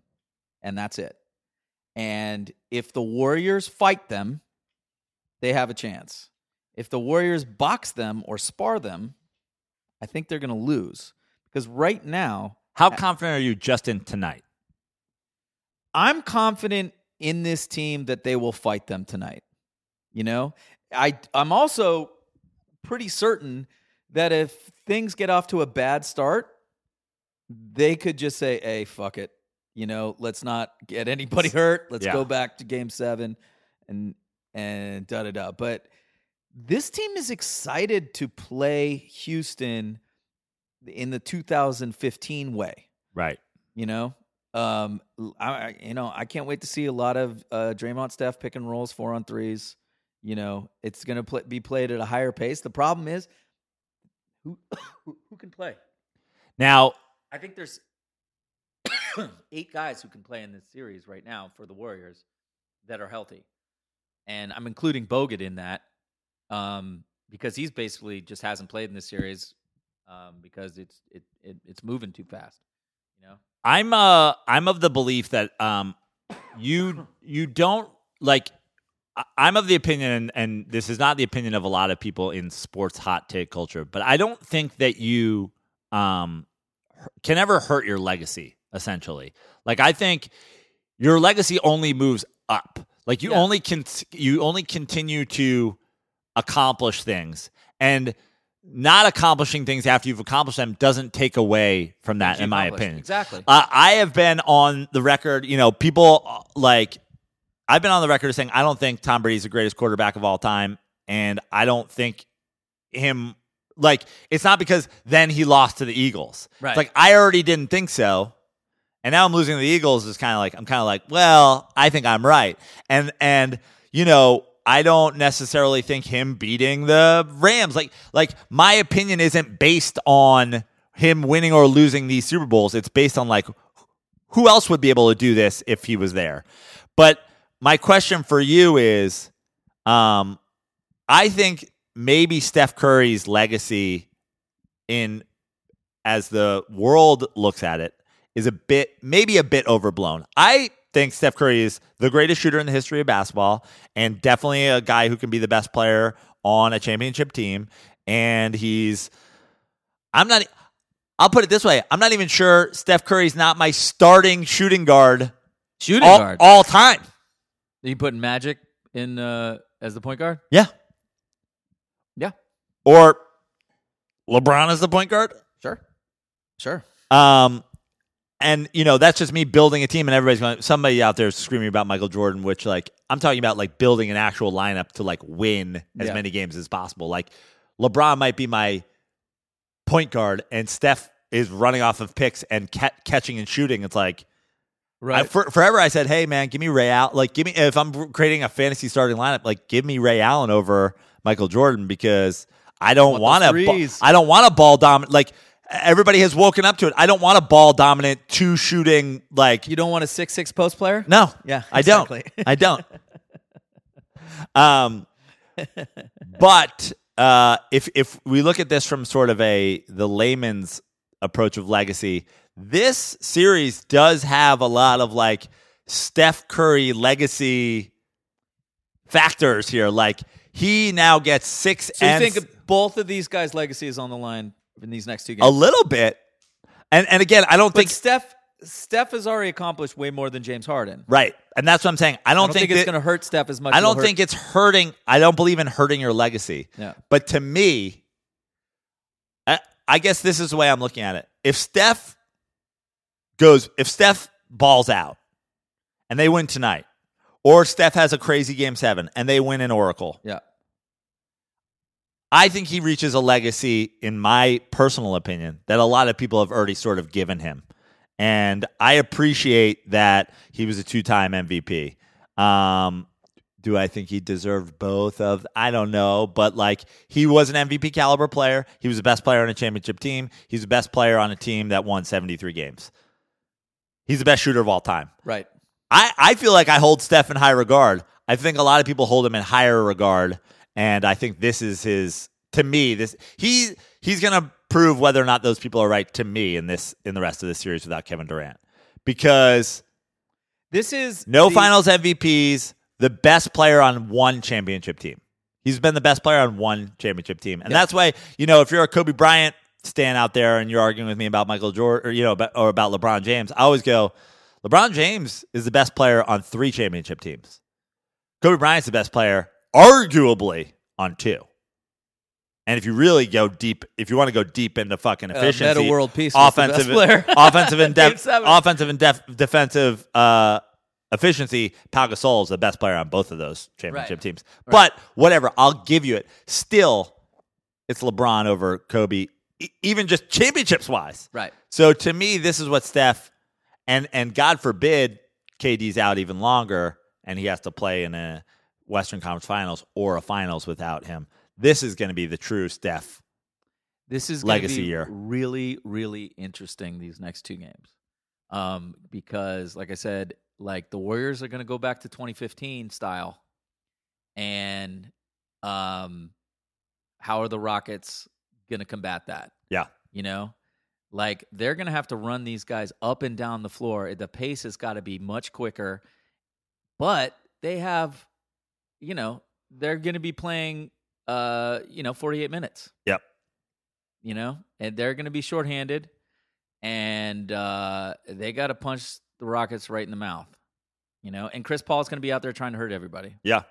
S3: And that's it. And if the Warriors fight them, they have a chance. If the Warriors box them or spar them, I think they're going to lose because right now
S1: How confident are you, Justin, tonight?
S3: I'm confident in this team that they will fight them tonight. You know, I I'm also pretty certain that if things get off to a bad start, they could just say, "Hey, fuck it." You know, let's not get anybody hurt. Let's
S1: Yeah.
S3: go back to game 7 and and da da da. But this team is excited to play Houston in the 2015 way
S1: Right.
S3: you know um l- I, I- you know i can't wait to see a lot of uh draymond staff pick and rolls four on threes you know it's gonna pl- be played at a higher pace the problem is who [coughs] who who can play
S1: Now,
S3: i think there's [coughs] eight guys who can play in this series right now for the warriors that are healthy and i'm including bogut in that um because he's basically just hasn't played in this series um because it's it, it it's moving too fast you know
S1: I'm uh I'm of the belief that um you you don't like I- I'm of the opinion and, and this is not the opinion of a lot of people in sports hot take culture, but I don't think that you um can ever hurt your legacy essentially. Like I think your legacy only moves up. Like you
S3: Yeah.
S1: only can you only continue to accomplish things and not accomplishing things after you've accomplished them doesn't take away from that in my
S3: accomplished.
S1: opinion.
S3: Exactly.
S1: Uh, I have been on the record, you know, people uh, like I've been on the record saying I don't think Tom Brady's the greatest quarterback of all time, and I don't think him like it's not because then he lost to the Eagles.
S3: Right.
S1: It's like I already didn't think so. And now I'm losing to the Eagles is kind of like I'm kind of like, well, I think I'm right. And and you know, I don't necessarily think him beating the Rams like like my opinion isn't based on him winning or losing these Super Bowls. It's based on like who else would be able to do this if he was there? But my question for you is um, I think maybe Steph Curry's legacy in as the world looks at it is a bit maybe a bit overblown. I think Steph Curry is the greatest shooter in the history of basketball and definitely a guy who can be the best player on a championship team and he's I'm not I'll put it this way. I'm not even sure Steph Curry's not my starting shooting guard
S3: Shooting
S1: all,
S3: guard.
S1: all time.
S3: Are you putting Magic in uh, as the point guard?
S1: Yeah.
S3: Yeah.
S1: Or LeBron is the point guard.
S3: Sure. Sure.
S1: Um, and you know that's just me building a team, and everybody's going. Somebody out there is screaming about Michael Jordan, which like I'm talking about like building an actual lineup to like win as
S3: Yeah.
S1: many games as possible. Like LeBron might be my point guard, and Steph is running off of picks and ca- catching and shooting. It's like
S2: Right.
S1: I, for, forever, I said, "Hey, man, give me Ray Allen. Like, give me if I'm creating a fantasy starting lineup, like, give me Ray Allen over Michael Jordan because I don't
S2: want
S1: want
S2: the
S1: a ba-
S2: threes.
S1: I don't want a ball dominant. Like, everybody has woken up to it. I don't want a ball dominant two shooting. Like,
S2: you don't want a six six post player?
S1: no,
S2: Yeah,
S1: I
S2: exactly. [laughs]
S1: don't. I don't. um, but uh, if if we look at this from sort of a the layman's approach of legacy, this series does have a lot of like Steph Curry legacy factors here. Like he now gets six
S2: So
S1: and
S2: you think both of these guys' legacy is on the line in these next two games?
S1: a little bit. And and again, I don't
S2: but
S1: think
S2: Steph Steph has already accomplished way more than James Harden.
S1: right. And that's what I'm saying. I
S2: I
S1: don't,
S2: don't think, it's
S1: that-
S2: going to hurt Steph as much.
S1: I
S2: as it'll
S1: don't
S2: hurt-
S1: think it's hurting. I don't believe in hurting your legacy.
S2: Yeah.
S1: But to me, I, I guess this is the way I'm looking at it. If Steph goes, if Steph balls out and they win tonight, or Steph has a crazy game seven and they win in Oracle,
S2: Yeah.
S1: I think he reaches a legacy, in my personal opinion, that a lot of people have already sort of given him. And I appreciate that he was a two time MVP. Um, do I think he deserved both of? I don't know, but like he was an MVP caliber player. He was the best player on a championship team. He's the best player on a team that won 73 games. He's the best shooter of all time.
S2: Right.
S1: I, I feel like I hold Steph in high regard. I think a lot of people hold him in higher regard, and I think this is his to me. This he he's gonna prove whether or not those people are right to me in this in the rest of this series without Kevin Durant because
S2: This is
S1: no
S2: the-
S1: Finals MVPs, the best player on one championship team. He's been the best player on one championship team, and that's why you know if you're a Kobe Bryant stand out there and you're arguing with me about Michael Jordan or you know about, or about LeBron James, I always go, LeBron James is the best player on three championship teams. Kobe Bryant's the best player, arguably on two. And if you really go deep, if you want to go deep into fucking
S2: Uh,
S1: efficiency,
S2: Meta World Peace was the
S1: offensive,
S2: best player.
S1: [laughs]
S2: [laughs]
S1: offensive and
S2: Game
S1: def-
S2: seven.
S1: offensive and def- defensive uh, efficiency. Pau Gasol is the best player on both of those championship
S2: Right.
S1: teams. But whatever, I'll give you it. Still, it's LeBron over Kobe, e- even just championships wise.
S2: Right.
S1: So to me, this is what Steph and and God forbid KD's out even longer and he has to play in a Western Conference Finals or a Finals without him. This is going to be the true Steph.
S2: This is gonna
S1: Legacy
S2: be
S1: year.
S2: Really, really interesting these next two games, um, because like I said, like the Warriors are going to go back to 2015 style, and um, how are the Rockets going to combat that?
S1: Yeah.
S2: you know, like they're going to have to run these guys up and down the floor. The pace has got to be much quicker, but they have, you know, they're going to be playing, uh, you know, 48 minutes
S1: Yep.
S2: you know, and they're going to be shorthanded, and uh, they got to punch the Rockets right in the mouth, you know. And Chris Paul's going to be out there trying to hurt everybody.
S1: Yeah.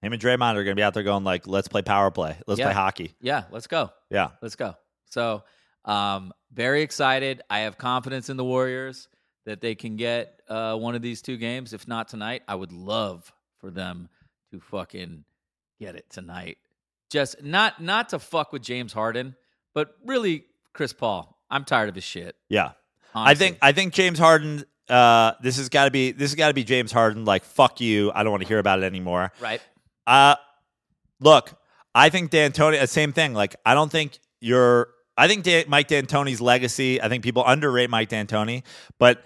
S1: Him and Draymond are going to be out there going like, "Let's play power play. Let's
S2: Yeah.
S1: play hockey."
S2: Yeah, let's go,
S1: Yeah.
S2: let's go. So, um, very excited. I have confidence in the Warriors that they can get uh, one of these two games. If not tonight, I would love for them to fucking get it tonight. Just not not to fuck with James Harden, but really Chris Paul. I'm tired of his shit.
S1: Yeah. I
S2: honestly.
S1: think I think James Harden uh this has got to be this has got to be James Harden like, "Fuck you. I don't want to hear about it anymore."
S2: right.
S1: Uh look, I think D'Antoni. uh, Same thing. Like, I don't think you're. I think Dan, Mike D'Antoni's legacy. I think people underrate Mike D'Antoni, but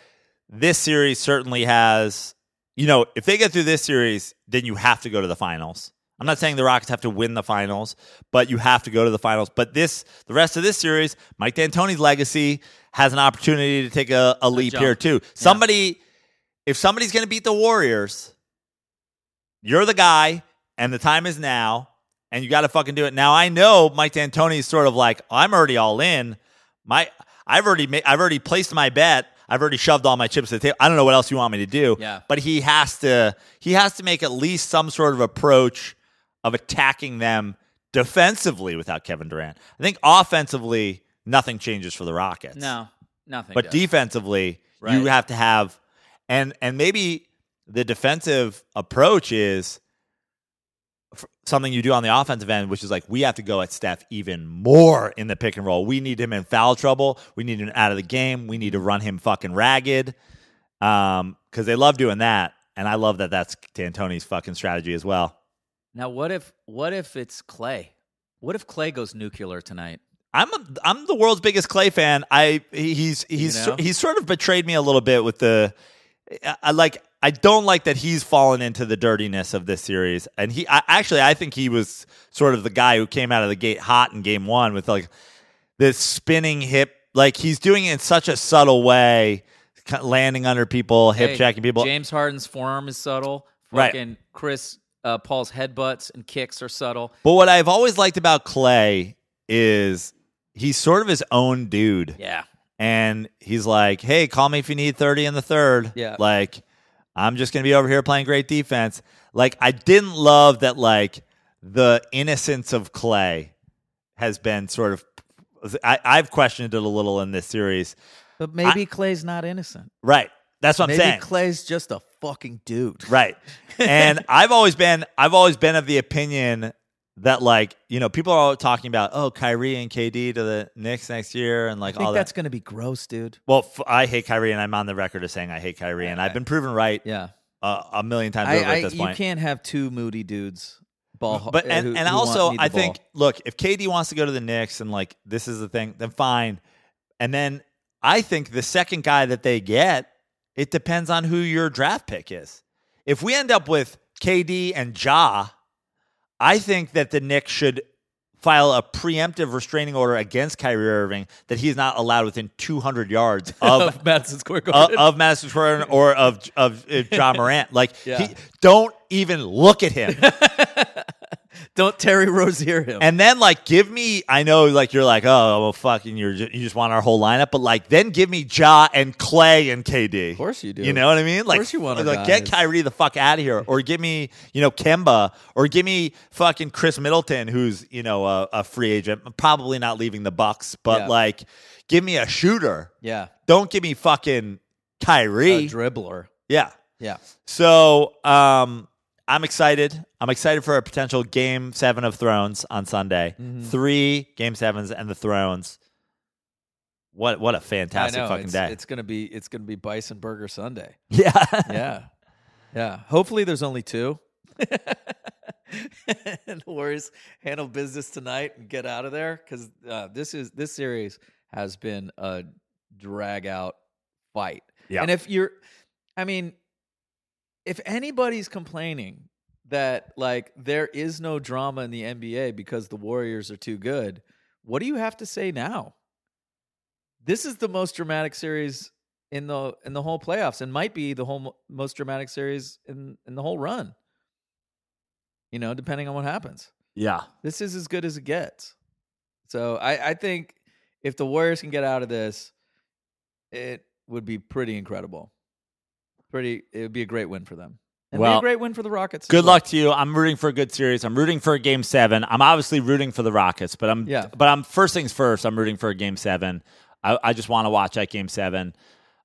S1: this series certainly has. You know, if they get through this series, then you have to go to the finals. I'm not saying the Rockets have to win the finals, but you have to go to the finals. But this, the rest of this series, Mike D'Antoni's legacy has an opportunity to take a, a leap
S2: jump.
S1: here too. Somebody, if somebody's going to beat the Warriors, you're the guy and the time is now and you got to fucking do it now i know mike D'Antoni's sort of like i'm already all in my i've already made i've already placed my bet i've already shoved all my chips to the table i don't know what else you want me to do
S2: Yeah.
S1: but he has to he has to make at least some sort of approach of attacking them defensively without kevin durant i think offensively nothing changes for the rockets
S2: No, nothing.
S1: but
S2: does.
S1: defensively you
S2: Right.
S1: have to have and and maybe the defensive approach is f- something you do on the offensive end which is like we have to go at steph even more in the pick and roll we need him in foul trouble we need him out of the game we need to run him fucking ragged um, because they love doing that, and I love that that's D'Antoni's fucking strategy as well.
S2: Now, what if what if it's Clay? What if Clay goes nuclear tonight?
S1: I'm a, I'm the world's biggest Clay fan. I he's he's
S3: You know?
S1: he's sort of betrayed me a little bit with the I, I like I don't like that he's fallen into the dirtiness of this series. And he I, actually I think he was sort of the guy who came out of the gate hot in game 1 with like this spinning hip like he's doing it in such a subtle way ca- landing under people, hip
S2: Hey,
S1: checking people.
S2: James Harden's forearm is subtle.
S1: Right.
S2: Fucking Chris uh, Paul's headbutts and kicks are subtle.
S1: But what I've always liked about Clay is he's sort of his own dude.
S2: Yeah.
S1: and he's like, "Hey, call me if you need 30 in the third.
S3: Yeah.
S1: Like, I'm just going to be over here playing great defense." Like I didn't love that like the innocence of Clay has been sort of I, I've questioned it a little in this series.
S3: But maybe Clay's not innocent.
S1: Right. That's what
S3: maybe
S1: I'm saying.
S3: Clay's just a fucking dude.
S1: Right.
S3: [laughs]
S1: And I've always been I've always been of the opinion that like, you know, people are all talking about, oh, Kyrie and KD to the Knicks next year and like
S3: I think
S1: all that.
S3: that's going to be gross, dude.
S1: Well, f- I hate Kyrie, and I'm on the record of saying I hate Kyrie, and I've been proven right
S3: Yeah.
S1: uh, a million times
S3: I,
S1: over
S3: I,
S1: at this
S3: you
S1: point.
S3: can't have two moody dudes ball
S1: but
S3: who-
S1: and,
S3: who
S1: and
S3: want-
S1: also,
S3: need the
S1: I think
S3: ball.
S1: look, if KD wants to go to the Knicks and like this is the thing, then fine. And then I think the second guy that they get, it depends on who your draft pick is. If we end up with KD and Ja, I think that the Knicks should file a preemptive restraining order against Kyrie Irving that he's not allowed within 200
S3: [laughs]
S1: yards of
S2: Of Madison Square
S1: of,
S2: Garden.
S1: of Madison Square Garden or of of uh, John Morant.
S3: [laughs]
S1: Like
S3: Yeah.
S1: he don't even look at
S3: [laughs]
S1: him.
S3: [laughs] don't Terry Rozier him.
S1: and then like give me I know like you're like oh well fucking you're ju- you just want our whole lineup, but like then give me Ja and Clay and KD.
S3: of course you do.
S1: You know what I mean? Like,
S3: course you want our
S1: like get
S3: guys.
S1: Kyrie the fuck out of here, or give me you know Kemba, or give me fucking Chris Middleton, who's you know a, a free agent, probably not leaving the Bucks, but
S3: Yeah.
S1: like give me a shooter.
S3: Yeah.
S1: Don't give me fucking Kyrie.
S3: A dribbler.
S1: yeah.
S3: Yeah.
S1: So um, I'm excited. I'm excited for a potential game seven of Thrones on Sunday.
S3: Mm-hmm.
S1: Three game sevens and the Thrones. What what a fantastic
S3: I know,
S1: fucking
S3: it's,
S1: day!
S3: It's gonna be it's gonna be Bison Burger Sunday.
S1: [laughs] yeah,
S3: Yeah, yeah. Hopefully, there's only two. [laughs] and the Warriors handle business tonight and get out of there because uh, this is this series has been a drag out fight.
S1: Yeah.
S3: And if you're, I mean, if anybody's complaining that like there is no drama in the NBA because the Warriors are too good, what do you have to say now? This is the most dramatic series in the in the whole playoffs and might be the whole mo- most dramatic series in in the whole run. You know, depending on what happens.
S1: yeah.
S3: This is as good as it gets. So I I think if the Warriors can get out of this, it would be pretty incredible. Pretty it would be a great win for them. And it'd be
S1: Well,
S3: a great win for the Rockets. as
S1: Good
S3: well.
S1: luck to you. I'm rooting for a good series. I'm rooting for a game seven. I'm obviously rooting for the Rockets, but I'm
S3: Yeah.
S1: but I'm first things first. I'm rooting for a game seven. I, I just want to watch that game seven.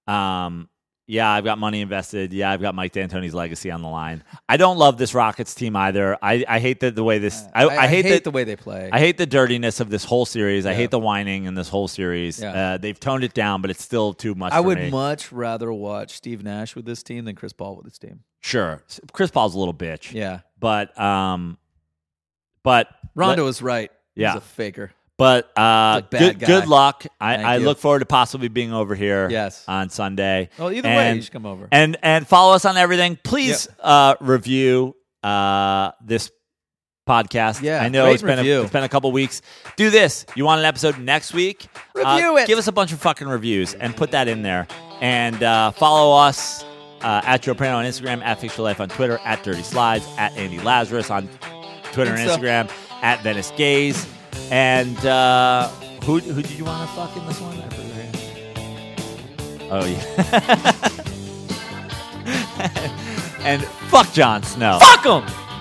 S1: Um, yeah, I've got money invested. Yeah, I've got Mike D'Antoni's legacy on the line. I don't love this Rockets team either. I, I hate that the way
S3: Uh,
S1: this. I, I, hate, that
S3: the way they play.
S1: I hate the dirtiness of this whole series. I hate the whining in this whole series.
S3: Yeah.
S1: Uh, they've toned it down, but it's still too much.
S3: I
S1: for
S3: would
S1: me.
S3: much rather watch Steve Nash with this team than Chris Paul with this team.
S1: sure. Chris Paul's a little bitch.
S3: Yeah.
S1: But um, but
S3: Rondo is right.
S1: Yeah.
S3: He's a faker.
S1: But uh,
S3: He's a bad
S1: good,
S3: guy.
S1: good luck. I,
S3: Thank
S1: I
S3: you.
S1: look forward to possibly being over here.
S3: Yes.
S1: on Sunday.
S3: Well, either way,
S1: And-
S3: you should come over.
S1: And and follow us on everything. Please uh, review uh, this podcast.
S3: Yeah,
S1: I know
S3: rate
S1: it's been
S3: review.
S1: a, it's been a couple weeks. Do this. You want an episode next week?
S3: Review
S1: uh,
S3: it.
S1: Give us a bunch of fucking reviews and put that in there. And uh, follow us. Uh, at Joe Prano on Instagram, at Fictional Life on Twitter, at Dirty Slides, at Andy Lazarus on Twitter and
S3: Insta.
S1: Instagram, at Venice Gaze. And uh, who, who did you want to fuck in this one? I forget. Oh yeah. [laughs] and fuck Jon Snow.
S2: Fuck 'em!